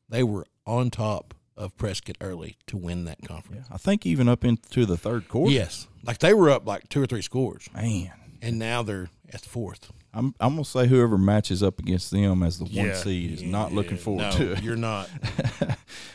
S2: they were on top of Prescott early to win that conference.
S3: I think even up into the third quarter.
S2: Yes. Like they were up like two or three scores,
S3: Man.
S2: and now they're at the fourth.
S3: I'm I'm gonna say whoever matches up against them as the one seed is not looking forward
S2: No,
S3: to it.
S2: you're not.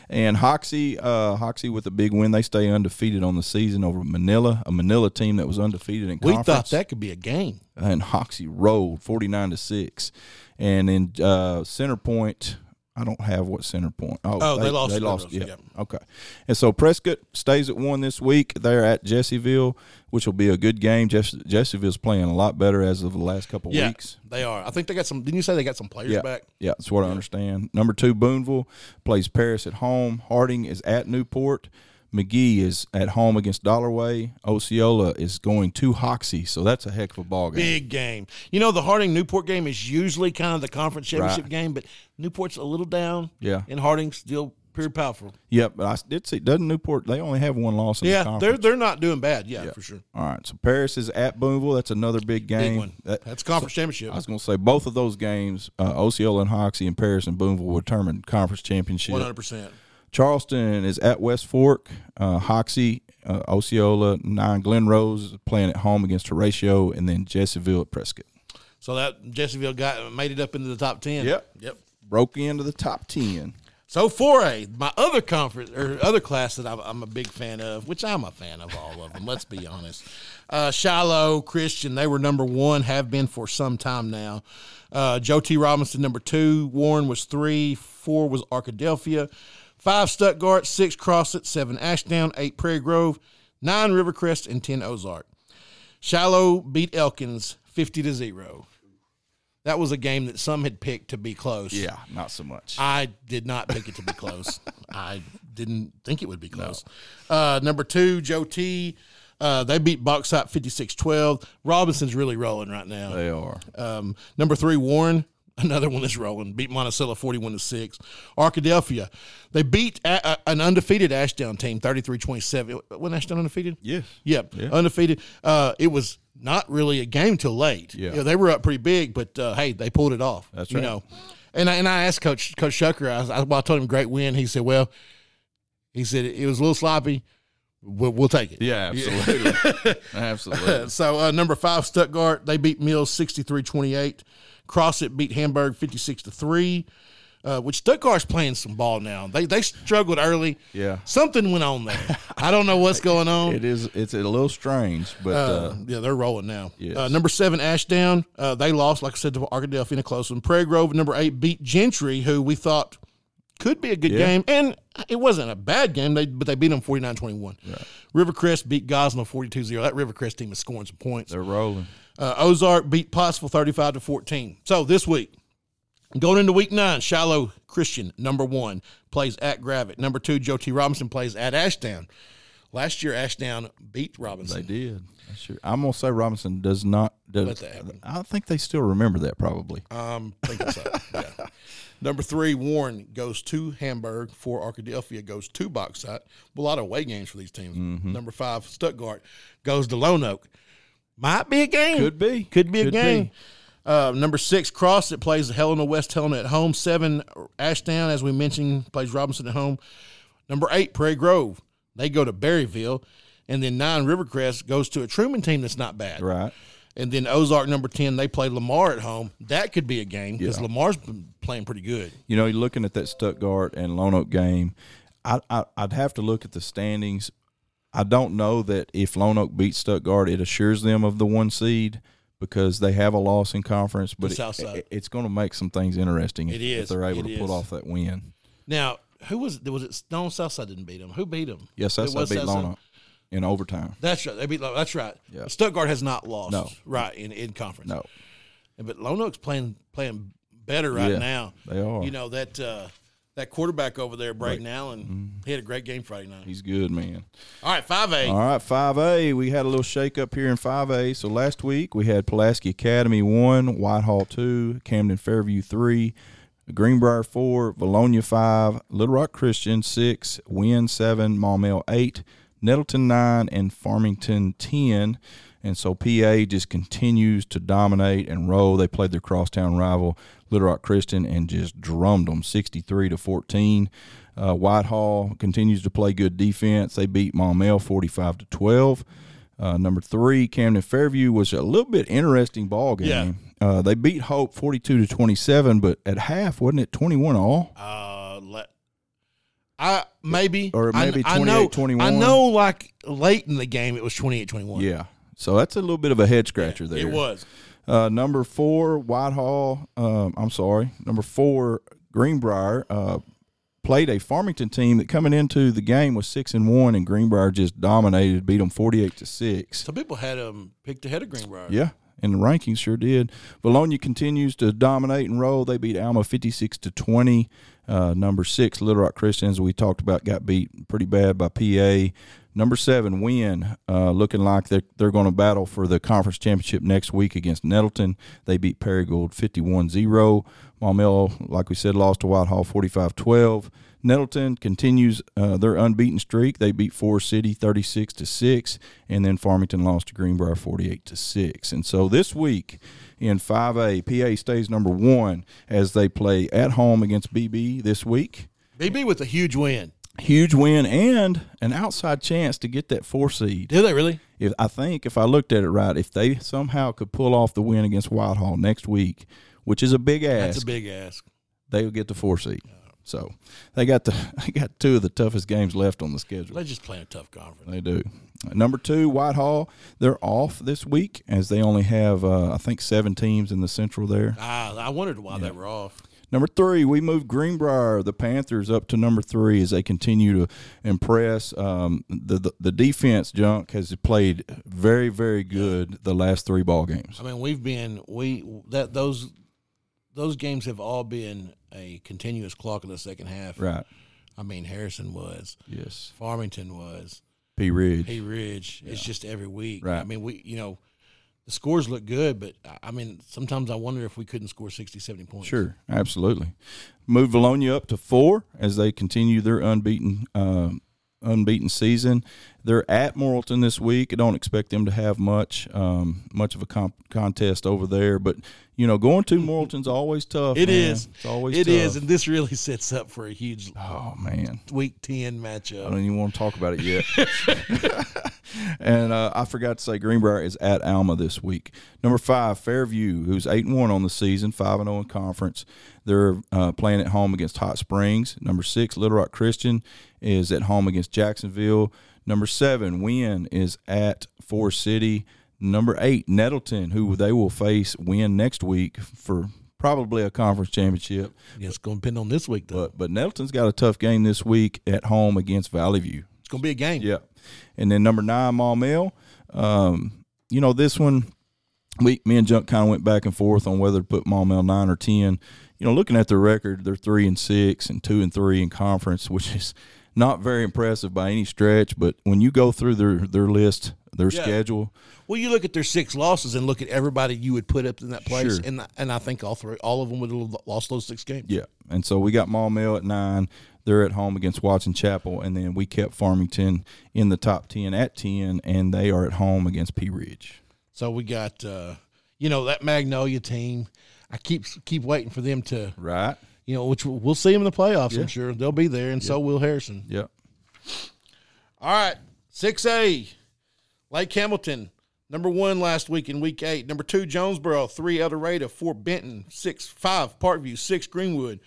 S3: And Hoxie, uh, Hoxie with a big win, they stay undefeated on the season over Manila, a Manila team that was undefeated in
S2: We
S3: conference.
S2: thought that could be a game.
S3: and Hoxie rolled forty nine to six, and in uh, center point. I don't have what center point. Oh,
S2: Oh, they lost
S3: They
S2: to
S3: lost.
S2: Monroe,
S3: Yeah.
S2: yeah.
S3: Okay. And so Prescott stays at one this week. They're at Jesseville, which will be a good game. Jess- Jesseville's playing a lot better as of the last couple
S2: Yeah,
S3: weeks.
S2: they are. I think they got some. Didn't you say they got some players
S3: Yeah,
S2: back?
S3: yeah, that's what I understand. Number two, Boonville plays Paris at home. Harding is at Newport. McGee is at home against Dollarway. Osceola is going to Hoxie, so that's a heck of a ball game.
S2: Big game. You know, the Harding Newport game is usually kind of the conference championship game, but Newport's a little down.
S3: Yeah.
S2: And Harding's still pretty powerful.
S3: Yep, but I did see. Doesn't Newport? They only have one loss in
S2: Yeah.
S3: the conference.
S2: They're they're not doing bad. Yeah, for sure.
S3: All right, so Paris is at Boonville. That's another big game.
S2: Big one.
S3: That-
S2: That's conference championship.
S3: I was going to say both of those games, uh, Osceola and Hoxie, and Paris and Boonville will determine conference championship.
S2: One hundred percent.
S3: Charleston is at West Fork. Uh, Hoxie, uh, Osceola, Nine Glen Rose is playing at home against Horatio, and then Jesseville at Prescott.
S2: So that Jesseville got made it up into the top ten.
S3: Yep.
S2: Yep.
S3: Broke into the top 10.
S2: So four A, my other conference or other class that I'm, I'm a big fan of, which I'm a fan of all of them. let's be honest. Uh, Shiloh Christian, they were number one, have been for some time now. Uh, Joe T. Robinson, number two. Warren was three. Four was Arkadelphia. Five Stuttgart. Six Crosset. Seven Ashdown. Eight Prairie Grove. nine Rivercrest, and 10 Ozark. Shiloh beat Elkins 50 to 0. That was a game that some had picked to be close.
S3: Yeah, not so much.
S2: I did not pick it to be close. I didn't think it would be close. Uh, number two, Joe T. Uh, they beat Boxite 56 12. Robinson's really rolling right now.
S3: they are.
S2: Um, number three, Warren. Another one is rolling. Beat Monticello forty-one to six. Arkadelphia, they beat a, a- an undefeated Ashdown team 33-27. Wasn't Ashdown undefeated?
S3: Yes.
S2: Yep. Undefeated. Uh, it was not really a game till late.
S3: Yeah.
S2: You know, they were up pretty big, but uh, hey, they pulled it off.
S3: That's
S2: you
S3: right.
S2: Know. And I, and I asked Coach Coach Shucker. I, I, well, I told him great win. He said, "Well, he said it, was a little sloppy. We'll, we'll take it."
S3: Yeah, absolutely. absolutely.
S2: So uh, number five, Stuttgart, they beat Mills 63-28. Crossit beat Hamburg 56 to 3. Uh, which Stuttgart's playing some ball now. They they struggled early.
S3: Yeah.
S2: Something went on there. I don't know what's going on.
S3: It is. It's a little strange, but
S2: Uh,
S3: uh,
S2: yeah, they're rolling now.
S3: Yes.
S2: Uh, number seven, Ashdown. Uh, they lost, like I said, to Arkadelphia in a close one. Prairie Grove, number eight, beat Gentry, who we thought could be a good
S3: Yeah.
S2: game. And it wasn't a bad game, they, but they beat them 49 21. Rivercrest beat Gosnell 42 0. That Rivercrest team is scoring some points.
S3: they're rolling.
S2: Uh, Ozark beat Pottsville 35 to 14. So this week, going into week nine, Shiloh Christian, number one, plays at Gravett. Number two, Joe T. Robinson plays at Ashdown. Last year, Ashdown beat Robinson.
S3: They did. That's your- I'm gonna say Robinson does not. Does,
S2: that happen.
S3: I think they still remember that probably.
S2: I'm thinking so. Yeah. Number three, Warren goes to Hamburg. Four, Arkadelphia goes to Bauxite. A lot of away games for these teams. Number five, Stuttgart goes to Lone Oak. Might be a game.
S3: Could be.
S2: Could be a
S3: Could
S2: game.
S3: be.
S2: Uh, number six, Cross that plays Helena West Helena at home. Seven, Ashdown, as we mentioned, plays Robinson at home. Number eight, Prairie Grove. They go to Berryville. And then nine, Rivercrest goes to a Truman team that's not bad.
S3: Right.
S2: And then Ozark number 10, they play Lamar at home. That could be a game because Lamar's been playing pretty good.
S3: You know, you're looking at that Stuttgart and Lone Oak game. I, I I'd have to look at the standings. I don't know that if Lone Oak beats Stuttgart, it assures them of the one seed because they have a loss in conference. But
S2: The
S3: it-
S2: South side.
S3: it- it's going to make some things interesting.
S2: It
S3: if,
S2: is.
S3: if they're able
S2: It
S3: to pull
S2: is.
S3: off that win.
S2: Now, who was it? Was it Stone Southside didn't beat them? Who beat them?
S3: Yes,
S2: It
S3: that's I
S2: was
S3: beat
S2: Southside.
S3: Lone Oak in overtime.
S2: That's right. They beat Lone That's right.
S3: Yeah.
S2: Stuttgart has not lost.
S3: No.
S2: Right, in, in conference.
S3: No,
S2: But Lone Oak's playing playing better right
S3: Yeah,
S2: now.
S3: they are.
S2: You know, that uh, that quarterback over there, Braden Allen, he had a great game Friday night.
S3: he's good, man.
S2: All right, 5 8.
S3: Mm-hmm. All right, 5A. We had a little shake up here in 5A. So last week we had Pulaski Academy 1, Whitehall 2, Camden Fairview 3, Greenbrier 4, Valonia 5, Little Rock Christian 6, Wynn 7, Maumelle 8, Nettleton 9, and Farmington 10. And so PA just continues to dominate and roll. They played their crosstown rival, Little Rock Christian, and just drummed them 63 to 14. Uh, Whitehall continues to play good defense. They beat Maumelle 45 to 12. Uh, number three, Camden Fairview was a little bit interesting ball game.
S2: Yeah.
S3: Uh, they beat Hope 42 to 27, but at half, wasn't it 21 all?
S2: uh let I maybe
S3: Or
S2: I-
S3: maybe
S2: I, know,
S3: 28-21.
S2: I know like late in the game it was 28-21.
S3: Yeah. So that's a little bit of a head scratcher there.
S2: It was.
S3: Uh, number four, Whitehall. Um, I'm sorry. Number four, Greenbrier. Uh, played a Farmington team that coming into the game was six and one, and Greenbrier just dominated, beat them 48 to six.
S2: Some people had um picked ahead of Greenbrier.
S3: Yeah, and the rankings sure did. Bologna continues to dominate and roll. They beat Alma fifty-six to twenty. Uh, number six, Little Rock Christians, we talked about, got beat pretty bad by PA. Number seven, Win, uh, looking like they're, they're going to battle for the conference championship next week against Nettleton. They beat Perigold 51 0. Maumelle, like we said, lost to Whitehall 45 12. Nettleton continues uh, their unbeaten streak. They beat Forest City 36 to 6 and then Farmington lost to Greenbrier 48 to 6. And so this week in 5A, PA stays number 1 as they play at home against BB this week.
S2: BB with a huge win.
S3: Huge win and an outside chance to get that 4 seed.
S2: Did they really?
S3: If I think if I looked at it right, if they somehow could pull off the win against Whitehall next week, which is a big ask
S2: That's a big ask.
S3: they'll get the four seed. So they got the they got two of the toughest games left on the schedule.
S2: They just playing a tough conference.
S3: They do. Number two, Whitehall. They're off this week as they only have uh, I think seven teams in the Central there.
S2: Ah, I wondered why they were off.
S3: Number three, we move Greenbrier, the Panthers, up to number three as they continue to impress. Um, the, the the defense junk has played very very good the last three ball games.
S2: I mean, we've been we that those those games have all been a continuous clock in the second half.
S3: Right.
S2: I mean, Harrison was,
S3: Yes.
S2: Farmington was,
S3: P Ridge.
S2: P Ridge. It's just every week.
S3: Right.
S2: I mean, we you know the scores look good, but I- I mean, sometimes I wonder if we couldn't score 60, 70 points.
S3: Sure, absolutely. Move Valonia up to four as they continue their unbeaten uh, unbeaten season. They're at Morrilton this week. I don't expect them to have much um, much of a comp- contest over there, but you know, going to Morrilton's always tough.
S2: It
S3: man.
S2: is.
S3: It's always
S2: It
S3: tough.
S2: is, and this really sets up for a huge
S3: Oh man.
S2: week ten
S3: I
S2: matchup.
S3: don't even want to talk about it yet. and uh, I forgot to say, Greenbrier is at Alma this week. Number five, Fairview, who's eight and one on the season, five and zero in conference. They're uh, playing at home against Hot Springs. Number six, Little Rock Christian is at home against Jacksonville. Number seven, Wynn is at Forest City. Number eight, Nettleton, who they will face Wynn next week for probably a conference championship.
S2: Yeah, it's going to depend on this week though.
S3: But but Nettleton's got a tough game this week at home against Valley View.
S2: It's going to be a game.
S3: Yeah. And then number nine, Maumelle. Um, you know, this one, we, me and Junk kind of went back and forth on whether to put Maumelle nine or 10. You know, looking at their record, they're three and six and two and three in conference, which is not very impressive by any stretch. But when you go through their, their list, their
S2: Yeah.
S3: schedule,
S2: Well, you look at their six losses and look at everybody you would put up in that place,
S3: Sure.
S2: and and I think all three, all of them would have lost those six games.
S3: yeah. And so we got Maumelle at nine. They're at home against Watson Chapel. And then we kept Farmington in the top 10 at 10, and they are at home against P Ridge.
S2: So we got, uh, you know, that Magnolia team. I keep keep waiting for them to,
S3: Right?
S2: you know, which we'll- we'll see them in the playoffs. I'm sure they'll be there, and so will Harrison.
S3: Yep.
S2: All right, six A, Lake Hamilton, number one last week in week eight. Number two, Jonesboro. Three, El Dorado. Four, Benton. Six, five, Parkview. Six, Greenwood.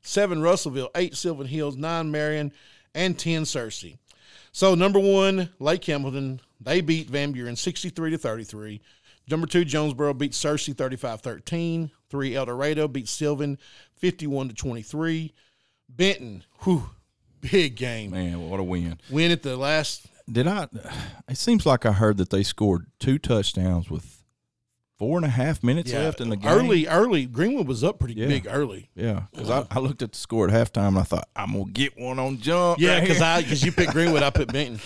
S2: Seven, Russellville. Eight, Sylvan Hills. Nine, Marion, and ten, Searcy. So number one, Lake Hamilton. They beat Van Buren 63 to 33. Number two, Jonesboro beat Searcy 35-13. Three, El Dorado beat Sylvan 51 to 23. Benton, whew, big game
S3: Man, what a win.
S2: win at the last.
S3: Did I? It seems like I heard that they scored two touchdowns with four and a half minutes left in the game.
S2: Early, early. Greenwood was up pretty
S3: Yeah.
S2: big early.
S3: Yeah, because I, I looked at the score at halftime and I thought, I'm going to get one on jump.
S2: Yeah,
S3: right
S2: because
S3: here."
S2: I because you picked Greenwood, I put Benton.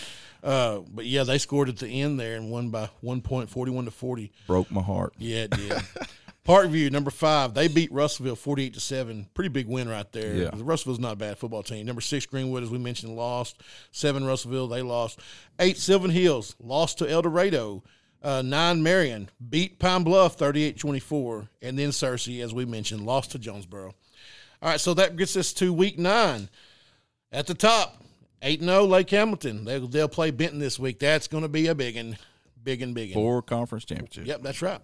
S2: Uh, but yeah, they scored at the end there and won by one point, forty-one to forty.
S3: broke my heart.
S2: Yeah, it did. Parkview number five, they beat Russellville forty-eight to seven. Pretty big win right there.
S3: Yeah.
S2: Russellville's not a bad football team. Number six, Greenwood, as we mentioned, lost. Seven, Russellville, they lost. Eight, Sylvan Hills lost to El Dorado. Uh, nine, Marion beat Pine Bluff 38-24, and then Searcy, as we mentioned, lost to Jonesboro. All right, so that gets us to week nine. At the top, 8 0 Lake Hamilton. They'll, they'll play Benton this week. That's going to be a big and big and big
S3: Four conference championships.
S2: Yep, that's right.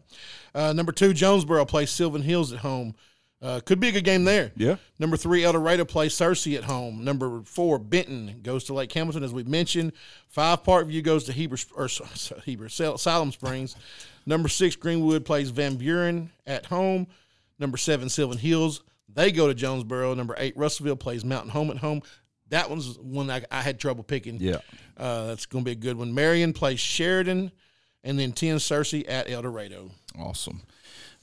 S2: Uh, number two, Jonesboro plays Sylvan Hills at home. Uh, could be a good game there.
S3: Yeah.
S2: Number three, El Dorado plays Searcy at home. Number four, Benton goes to Lake Hamilton, as we mentioned. Five Parkview goes to Heber or so- so- Heber Sal- Salem Springs. Number six, Greenwood plays Van Buren at home. Number seven, Sylvan Hills. They go to Jonesboro. Number eight, Russellville plays Mountain Home at home. That one's one I, I had trouble picking.
S3: Yeah.
S2: Uh, that's going to be a good one. Marion plays Sheridan, and then 10 Cersei at El Dorado.
S3: Awesome.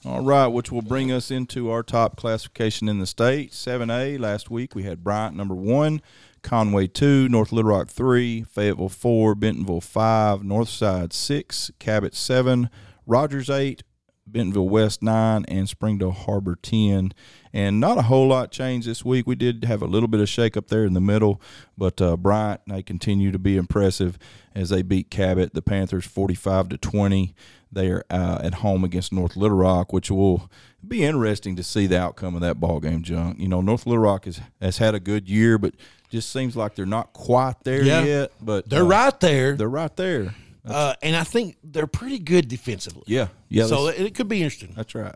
S3: All right, which will bring us into our top classification in the state. 7A, last week we had Bryant number one, Conway two, North Little Rock three, Fayetteville four, Bentonville five, Northside six, Cabot seven, Rogers eight, Bentonville West nine, and Springdale Harbor ten. And not a whole lot changed this week. We did have a little bit of shake up there in the middle, but uh, Bryant they continue to be impressive as they beat Cabot, the Panthers forty five to twenty. They are uh, at home against North Little Rock, which will be interesting to see the outcome of that ball game. Junk, you know, North Little Rock has has had a good year, but just seems like they're not quite there
S2: Yeah.
S3: yet. But
S2: They're
S3: uh,
S2: right there.
S3: They're right there.
S2: uh, and I think they're pretty good defensively.
S3: Yeah, yeah. Uh,
S2: so it, it could be interesting.
S3: That's right.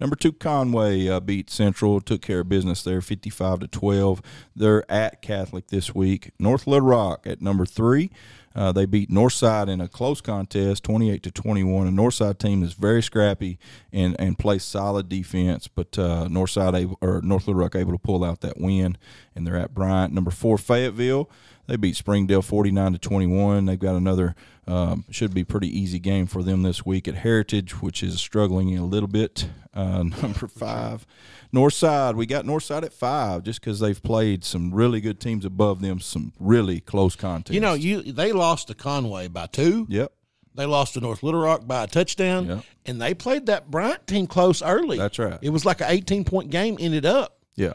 S3: Number two, Conway uh, beat Central, took care of business there, fifty-five to twelve. They're at Catholic this week. North Little Rock at number three. Uh, they beat Northside in a close contest, twenty-eight to twenty-one. A Northside team that's very scrappy and and plays solid defense, but uh, Northside able, or North Little Rock able to pull out that win, and they're at Bryant. Number four, Fayetteville. They beat Springdale forty-nine to twenty-one. They've got another um, should be pretty easy game for them this week at Heritage, which is struggling a little bit. Uh, number five, Northside. We got Northside at five just because they've played some really good teams above them, some really close contests.
S2: You know, you they lost to Conway by two.
S3: Yep,
S2: They lost to North Little Rock by a touchdown,
S3: Yeah.
S2: and they played that Bryant team close early.
S3: That's right.
S2: It was like an 18 point game. Ended up,
S3: yeah,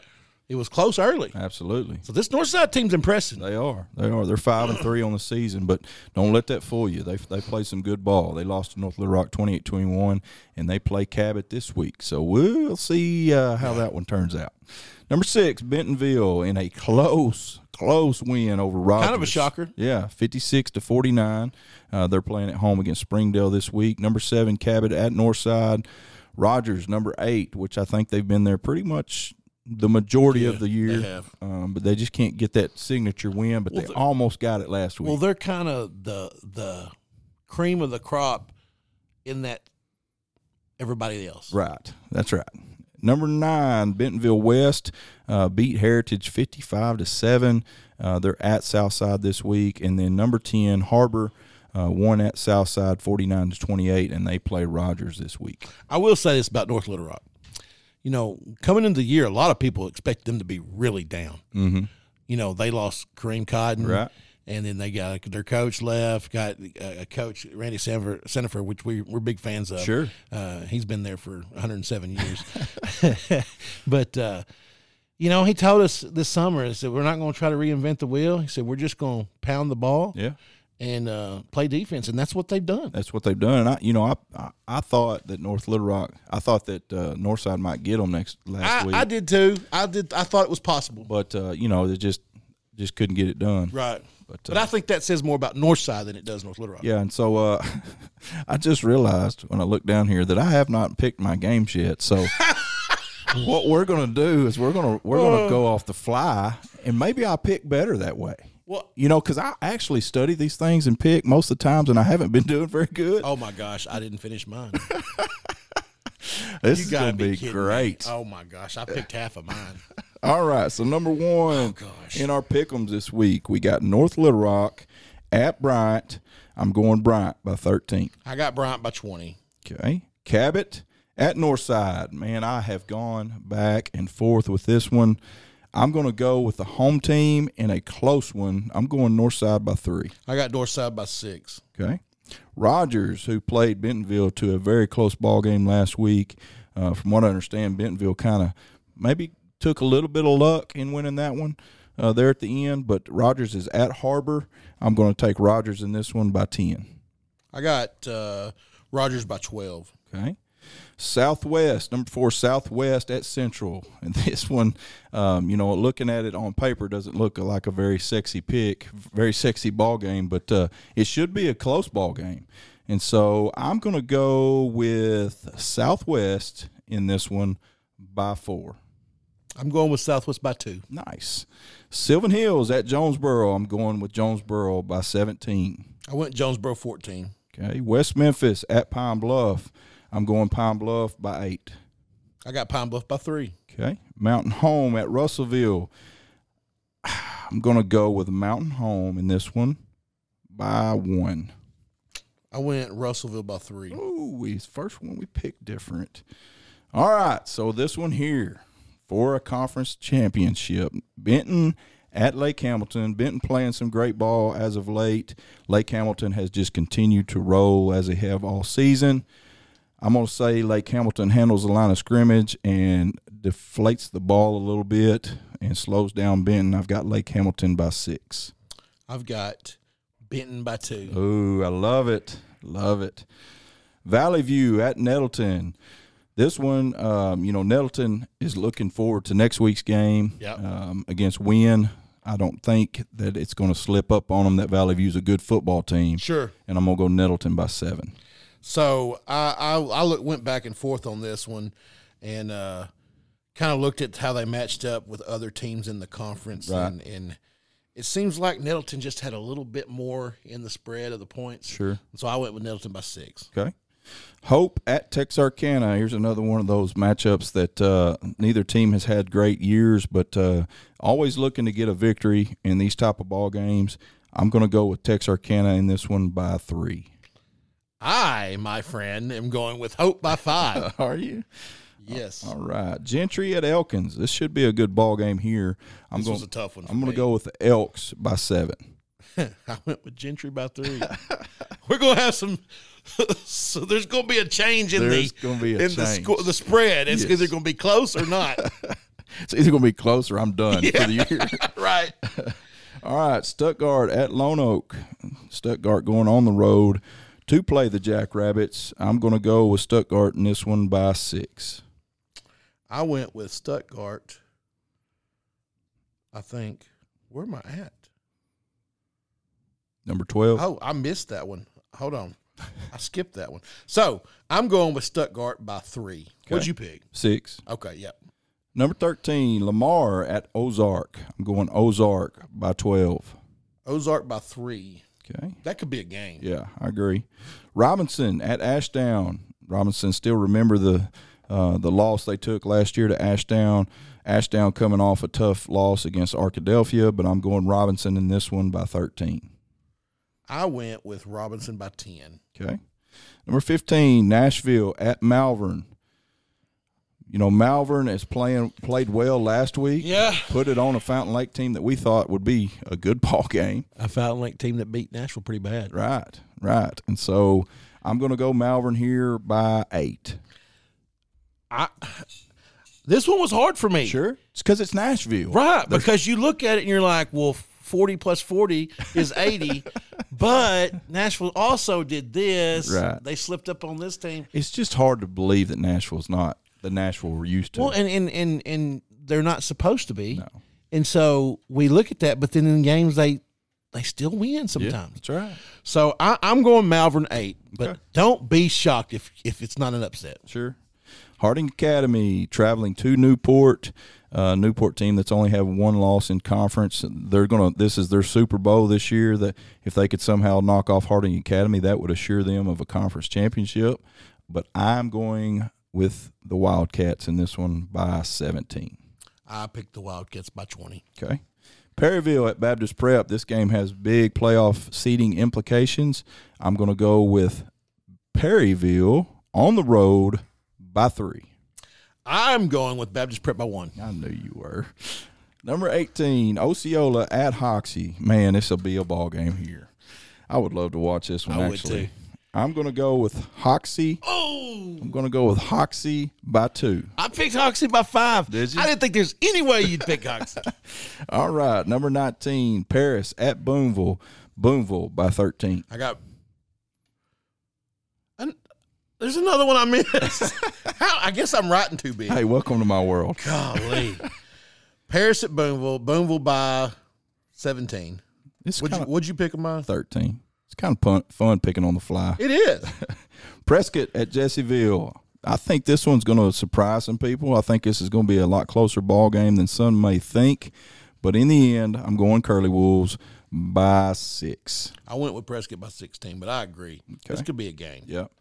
S2: it was close early.
S3: absolutely.
S2: So this Northside team's impressive.
S3: Uh, They are. They are. They're five and three on the season, but don't let that fool you. They they play some good ball. They lost to North Little Rock 28-21, and they play Cabot this week. So we'll see uh, how that one turns out. Number six, Bentonville in a close, close win over Rogers.
S2: Kind of a shocker.
S3: Yeah, 56 to 49. Uh, they're playing at home against Springdale this week. Number seven, Cabot at Northside. Rogers, number eight, which I think they've been there pretty much the majority of the year.
S2: have.
S3: Um, but they just can't get that signature win, but they almost got it last week.
S2: Well, they're kind of the the cream of the crop in that everybody else.
S3: right. That's right. Number nine, Bentonville West uh, beat Heritage 55 to 7. Uh, they're at Southside this week. And then number 10, Harbor. Uh, one at Southside, forty-nine to twenty-eight, and they play Rogers this week.
S2: I will say this about North Little Rock. You know, coming into the year, a lot of people expect them to be really down. Mm-hmm. You know, they lost Kareem Cotton,
S3: Right.
S2: And then they got their coach left. Got uh, a coach Randy Sanford, Sanford which we we're big fans of.
S3: Sure.
S2: uh, he's been there for 107 years. but uh, you know, he told us this summer he said we're not going to try to reinvent the wheel. He said we're just going to pound the ball
S3: Yeah,
S2: and uh, play defense, and that's what they've done.
S3: that's what they've done. And I, you know, I, I, I thought that North Little Rock, I thought that uh, Northside might get them next last
S2: I,
S3: week,
S2: I did too. I did. I thought it was possible.
S3: but uh, you know, they just just couldn't get it done.
S2: Right. But,
S3: uh,
S2: I think that says more about Northside than it does North Little Rock.
S3: Yeah, and so uh, I just realized when I look down here that I have not picked my games yet. So what we're gonna do is we're gonna we're
S2: Uh.
S3: gonna go off the fly, and maybe I'll pick better that way.
S2: Well-
S3: you know, because I actually study these things and pick most of the times, and I haven't been doing very good.
S2: Oh my gosh, I didn't finish mine.
S3: this
S2: You
S3: is
S2: gotta
S3: gonna
S2: be,
S3: be,
S2: kidding me.
S3: great.
S2: Oh my gosh, I picked half of mine.
S3: All right, so number one
S2: Oh, gosh.
S3: in our pick'ems this week, we got North Little Rock at Bryant. I'm going Bryant by 13.
S2: I got Bryant by twenty.
S3: Okay. Cabot at Northside. Man, I have gone back and forth with this one. I'm going to go with the home team in a close one. I'm going Northside by three.
S2: I got Northside by six.
S3: Okay. Rogers, who played Bentonville to a very close ball game last week, uh, from what I understand, Bentonville kind of maybe took a little bit of luck in winning that one uh, there at the end. But Rogers is at Harbor. I'm going to take Rogers in this one by ten.
S2: I got uh, Rogers by twelve.
S3: Okay. Southwest, number four, Southwest at Central. And this one, um, you know, looking at it on paper doesn't look like a very sexy pick, very sexy ball game, but uh, it should be a close ball game. And so I'm going to go with Southwest in this one by four.
S2: I'm going with Southwest by two.
S3: Nice. Sylvan Hills at Jonesboro. I'm going with Jonesboro by 17.
S2: I went Jonesboro fourteen.
S3: Okay. West Memphis at Pine Bluff. I'm going Pine Bluff by eight.
S2: I got Pine Bluff by three.
S3: Okay. Mountain Home at Russellville. I'm going to go with Mountain Home in this one by one.
S2: I went Russellville by three.
S3: Ooh, we first one we picked different. All right. So this one here for a conference championship. Benton at Lake Hamilton. Benton playing some great ball as of late. Lake Hamilton has just continued to roll as they have all season. I'm going to say Lake Hamilton handles the line of scrimmage and deflates the ball a little bit and slows down Benton. I've got Lake Hamilton by six.
S2: I've got Benton by
S3: Uh,
S2: two.
S3: Ooh, I love it. Love it. Valley View at Nettleton. This one, um, you know, Nettleton is looking forward to next week's game
S2: Yep.
S3: um, against Wynn. I don't think that it's going to slip up on them that Valley View's a good football team.
S2: Sure.
S3: And I'm going to go Nettleton by seven.
S2: So I I, I look, went back and forth on this one, and uh, kind of looked at how they matched up with other teams in the conference, and, and It seems like Nettleton just had a little bit more in the spread of the points.
S3: Sure.
S2: So I went with Nettleton by six.
S3: Okay. Hope at Texarkana. Here's another one of those matchups that uh, neither team has had great years, but uh, always looking to get a victory in these type of ball games. I'm going to go with Texarkana in this one by three.
S2: I, my friend, am going with Hope by five.
S3: Are you?
S2: yes.
S3: All right. Gentry at Elkins. This should be a good ball game here. I'm
S2: This
S3: going.
S2: was a tough one. for
S3: I'm going
S2: me.
S3: to go with the Elks by seven.
S2: I went with Gentry by three. We're gonna have some. so there's gonna be a change in
S3: There's
S2: the
S3: gonna be a
S2: in the
S3: change.
S2: squ- the spread. It's
S3: Yes.
S2: either gonna be close or not.
S3: It's either going to be close or I'm done for the year.
S2: right.
S3: All right, Stuttgart at Lone Oak. Stuttgart going on the road to play the Jackrabbits. I'm going to go with Stuttgart in this one by six.
S2: I went with Stuttgart. I think. Where am I at?
S3: Number 12.
S2: Oh, I missed that one. Hold on. I skipped that one. So I'm going with Stuttgart by three. What'd
S3: Okay.
S2: you pick?
S3: Six.
S2: Okay, yep.
S3: Number 13, Lamar at Ozark. I'm going Ozark by 12.
S2: Ozark by three.
S3: Okay.
S2: That could be a game.
S3: Yeah, I agree. Robinson at Ashdown. Robinson still remember the uh, the loss they took last year to Ashdown. Ashdown coming off a tough loss against Arkadelphia, but I'm going Robinson in this one by 13.
S2: I went with Robinson by ten.
S3: Okay. Number 15, Nashville at Malvern. You know, Malvern has playing played well last week.
S2: Yeah.
S3: Put it on a Fountain Lake team that we thought would be a good ball game.
S2: A Fountain Lake team that beat Nashville pretty bad.
S3: Right, right. And so I'm going to go Malvern here by eight.
S2: I this one was hard for me.
S3: Sure. It's because it's Nashville.
S2: Right. Because you look at it and you're like, well, 40 plus 40 is 80. but Nashville also did this.
S3: Right.
S2: They slipped up on this team.
S3: It's just hard to believe that Nashville's not the Nashville we're used to.
S2: Well, and, and, and, and they're not supposed to be.
S3: No.
S2: And so we look at that, but then in games, they they still win sometimes.
S3: That's right.
S2: So I, I'm going Malvern 8, but
S3: Okay.
S2: don't be shocked if, if it's not an upset.
S3: Sure. Harding Academy traveling to Newport, uh, Newport team that's only have one loss in conference. They're gonna. This is their Super Bowl this year. That if they could somehow knock off Harding Academy, that would assure them of a conference championship. But I'm going with the Wildcats in this one by 17.
S2: I picked the Wildcats by 20.
S3: Okay. Perryville at Baptist Prep. This game has big playoff seeding implications. I'm going to go with Perryville on the road by three.
S2: I'm going with Baptist Prep by one.
S3: I knew you were. Number 18, Osceola at Hoxie. Man, this will be a ball game here. I would love to watch this one,
S2: I would
S3: actually.
S2: too.
S3: I'm going to go with Hoxie.
S2: Oh!
S3: I'm going to go with Hoxie by two.
S2: I picked Hoxie by five.
S3: Did you?
S2: I didn't think there's any way you'd pick Hoxie.
S3: All right. Number 19, Paris at Boonville. Boonville by 13.
S2: I got. An- there's another one I missed. How, I guess I'm writing too big.
S3: Hey, welcome to my world.
S2: Golly. Paris at Boonville. Boonville by 17.
S3: It's
S2: Would you,
S3: kind of
S2: would you pick them by?
S3: 13. It's kind of fun, fun picking on the fly.
S2: It is.
S3: Prescott at Jesseville. I think this one's going to surprise some people. I think this is going to be a lot closer ball game than some may think. But in the end, I'm going Curly Wolves by six.
S2: I went with Prescott by 16, but I agree. This could be a game.
S3: Yep.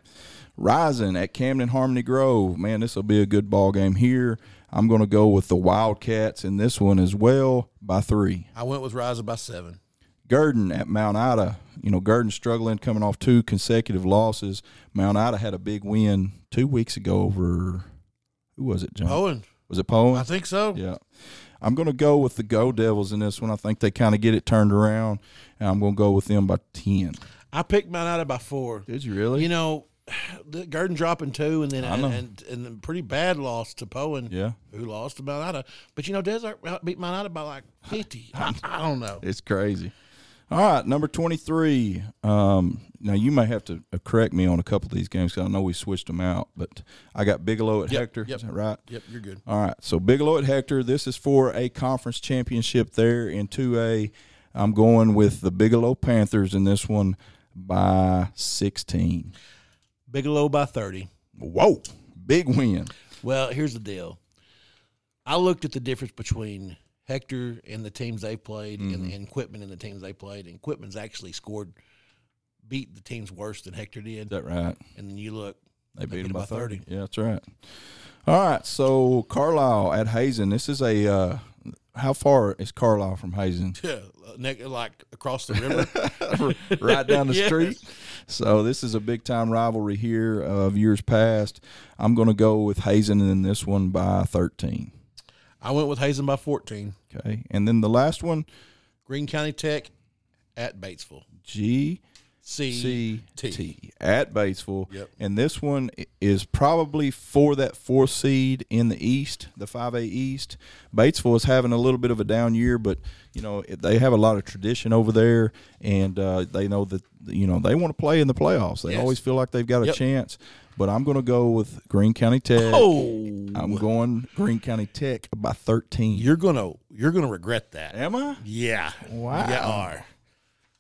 S3: Rising at Camden Harmony Grove. Man, this will be a good ball game here. I'm going to go with the Wildcats in this one as well by three.
S2: I went with Riser by seven.
S3: Gurdon at Mount Ida. You know, Gurdon struggling, coming off two consecutive losses. Mount Ida had a big win two weeks ago over who was it, John?
S2: Owen,
S3: Was it
S2: I
S3: Poland?
S2: think so.
S3: Yeah. I'm going to go with the Go Devils in this one. I think they kind of get it turned around, and I'm going to go with them by 10.
S2: I picked mine out of by four.
S3: Did you really?
S2: You know, the Garden dropping two, and then
S3: know.
S2: and and a pretty bad loss to Poen,
S3: Yeah.
S2: who lost to Mount Ida. But you know, Desert beat Mount Ida by like fifty. I, I don't know.
S3: It's crazy. All right, number 23. Um, now, you may have to uh, correct me on a couple of these games because I know we switched them out, but I got Bigelow at
S2: Yep,
S3: Hector.
S2: yep.
S3: Is that right?
S2: Yep, you're good.
S3: All right. So Bigelow at Hector. This is for a conference championship there in 2A. I'm going with the Bigelow Panthers in this one by 16.
S2: Bigelow by thirty.
S3: Whoa. Big win.
S2: Well, here's the deal. I looked at the difference between Hector and the teams they played,
S3: Mm-hmm.
S2: and, and Quitman and the teams they played, and Quitman's actually scored, beat the teams worse than Hector did.
S3: Is that right?
S2: And then you look,
S3: They beat them by 30. Yeah, that's right. All right. So Carlisle at Hazen. This is a uh, how far is Carlisle from Hazen?
S2: Yeah, ne- like across the river.
S3: right down the
S2: Yes.
S3: street. So this is a big time rivalry here of years past. I'm going to go with Hazen in this one by 13.
S2: I went with Hazen by 14.
S3: Okay. And then the last one,
S2: Green County Tech at Batesville.
S3: G
S2: C.
S3: C
S2: T.
S3: T at Batesville.
S2: Yep.
S3: And this one i- is probably for that fourth seed in the East, the 5A East. Batesville is having a little bit of a down year, but you know it- they have a lot of tradition over there, and uh, they know that you know they want to play in the playoffs. They
S2: Yes.
S3: always feel like they've got a
S2: Yep.
S3: chance. But I'm going to go with Greene County Tech.
S2: Oh,
S3: I'm going Greene County Tech by 13.
S2: you're gonna you're gonna regret that.
S3: Am I?
S2: Yeah.
S3: Wow.
S2: You are.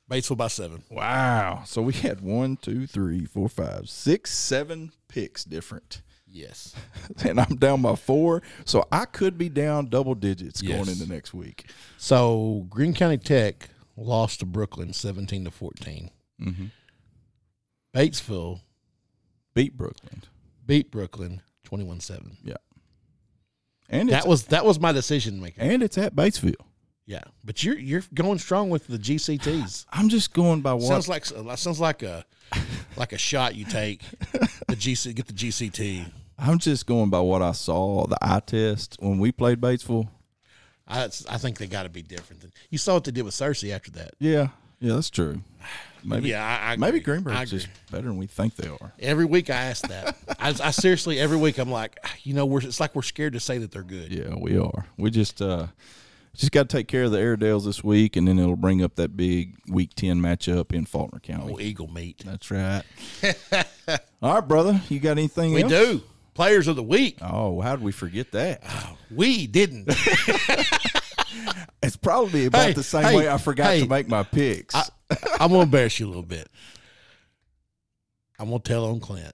S2: Batesville by seven.
S3: Wow. So we had one, two, three, four, five, six, seven picks different.
S2: Yes.
S3: and I'm down by four. So I could be down double digits
S2: Yes.
S3: going into next week.
S2: So Green County Tech lost to Brooklyn seventeen to 14 Mm-hmm. Batesville
S3: Beat Brooklyn.
S2: beat Brooklyn twenty one seven.
S3: Yeah. And it's,
S2: That was that was my decision maker.
S3: and it's at Batesville.
S2: Yeah, but you're you're going strong with the GCTs.
S3: I'm just going by one.
S2: Sounds like sounds like a like a shot you take. The GC get the GCT.
S3: I'm just going by what I saw the eye test when we played Batesville.
S2: I, I think they got to be different. Than, you saw what they did with Cersei after that.
S3: Yeah, yeah, that's true. Maybe
S2: yeah, I, I
S3: maybe
S2: agree. I
S3: Greenberg's
S2: agree.
S3: just better than we think they are.
S2: Every week I ask that. I, I seriously every week I'm like, "Ah, you know, we're it's like we're scared to say that they're good.
S3: Yeah, we are. We just uh just got to take care of the Airedales this week, and then it'll bring up that big Week Ten matchup in Faulkner County.
S2: Oh, eagle meat.
S3: That's right. All right, brother. You got anything
S2: We
S3: else?
S2: do players of the week.
S3: Oh, how did we forget that?
S2: We didn't.
S3: It's probably about
S2: Hey,
S3: the same
S2: hey,
S3: way I forgot
S2: hey.
S3: to make my picks.
S2: I, I'm gonna embarrass you a little bit. I'm gonna tell on Clint.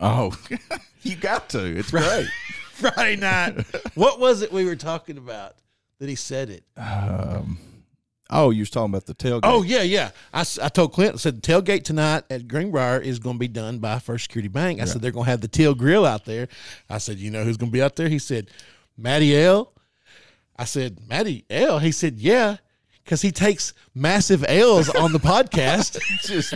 S3: oh, you got to. It's great.
S2: Friday night. what was it we were talking about that he said it?
S3: Oh, you was talking about the tailgate.
S2: Oh yeah, yeah. I, s- I told Clint. I said tailgate tonight at Greenbrier is going to be done by First Security Bank. I said they're going to have the tail grill out there. I said, you know who's going to be out there? He said, Matty L. I said, Matty L. He said, yeah, because he takes massive L's on the podcast.
S3: just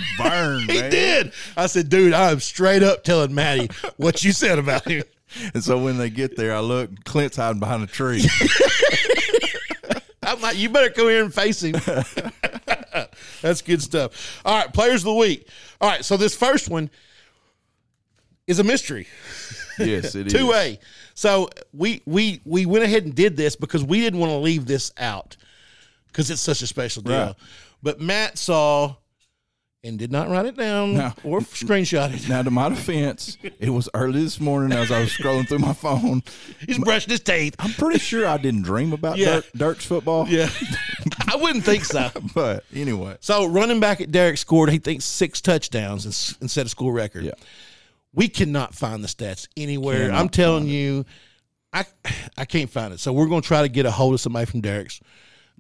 S3: burn.
S2: he
S3: man.
S2: did. I said, dude, I am straight up telling Matty what you said about him.
S3: And so when they get there, I look. Clint's hiding behind a tree.
S2: I'm like, you better come here and face him. That's good stuff. All right, players of the week. All right, so this first one is a mystery.
S3: yes, it is.
S2: Two A. So we we we went ahead and did this because we didn't want to leave this out because it's such a special deal.
S3: Right.
S2: But Matt saw and did not write it down
S3: No.
S2: or screenshot it.
S3: Now, to my defense, it was early this morning as I was scrolling through my phone.
S2: He's brushing his teeth.
S3: I'm pretty sure I didn't dream about
S2: Yeah.
S3: Dirk, Dirk's football.
S2: Yeah, I wouldn't think so.
S3: But anyway,
S2: So running back at Derek scored, he thinks six touchdowns ins- instead of school record.
S3: Yeah.
S2: We cannot find the stats anywhere.
S3: Cannot
S2: I'm telling you, I I can't find it. So we're going to try to get a hold of somebody from Derek's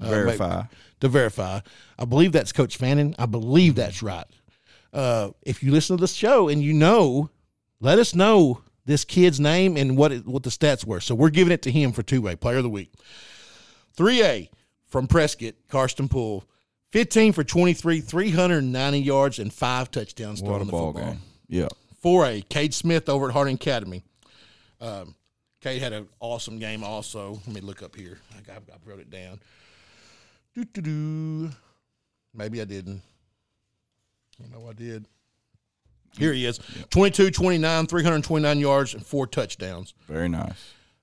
S2: uh, maybe-
S3: verify.
S2: to verify. I believe that's Coach Fannin. I believe that's right. Uh, if you listen to this show and you know, let us know this kid's name and what it, what the stats were. So we're giving it to him for two way player of the week. Three A from Prescott, Karsten Poole, fifteen for twenty three, three hundred and ninety yards and five touchdowns
S3: What
S2: throwing
S3: a
S2: the
S3: ball
S2: football.
S3: game. Yeah.
S2: Four A, Cade Smith over at Harding Academy. Um, Cade had an awesome game. Also, let me look up here. I, got, I wrote it down. Doo doo doo. Maybe I didn't. I know I did. Here he is 22 29, 329 yards, and four touchdowns.
S3: Very nice.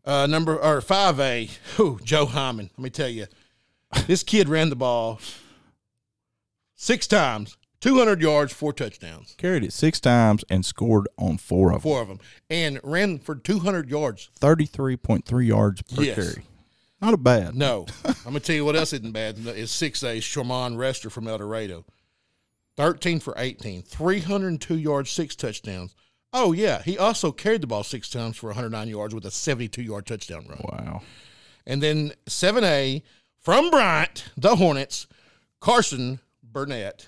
S2: Uh, number or 5A, who, Joe Hyman. Let me tell you, this kid ran the ball six times, 200 yards, four touchdowns,
S3: Carried it six times and scored on four of them.
S2: four of them, and ran for 200 yards.
S3: 33.3 yards per
S2: Yes.
S3: carry. Not a bad.
S2: No, I'm gonna tell you what else isn't bad is 6A Sherman Rester from El Dorado, 13 for 18, 302 yards, six touchdowns. Oh yeah, he also carried the ball six times for 109 yards with a 72 yard touchdown run.
S3: Wow.
S2: And then 7A from Bryant, the Hornets, Carson Burnett.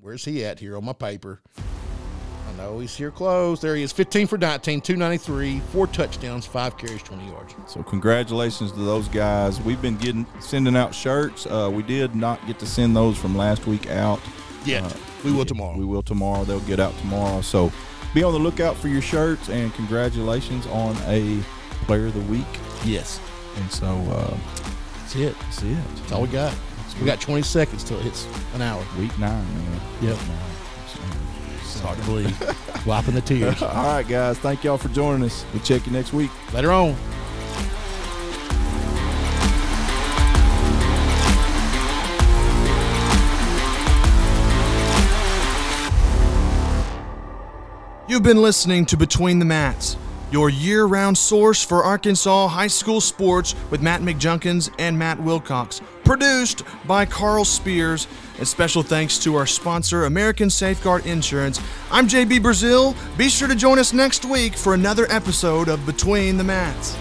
S2: Where's he at here on my paper? I know he's here close. There he is, 15 for 19, 293, four touchdowns, five carries, 20 yards.
S3: So congratulations to those guys. We've been getting sending out shirts. Uh, we did not get to send those from last week out.
S2: Yet. Uh, we will tomorrow.
S3: We will tomorrow. They'll get out tomorrow. So be on the lookout for your shirts and congratulations on a player of the week.
S2: yes.
S3: And so uh, that's it. That's it.
S2: That's all we got. We got 20 seconds till it hits an hour.
S3: Week nine, man.
S2: Yep. It's hard to believe. Wiping the tears.
S3: All right, guys. Thank y'all for joining us. We'll check you next week.
S2: Later on.
S1: You've been listening to Between the Mats, your year round source for Arkansas high school sports with Matt McJunkins and Matt Wilcox. Produced by Carl Spears, and special thanks to our sponsor, American Safeguard Insurance. I'm JB Brazil. Be sure to join us next week for another episode of Between the Mats.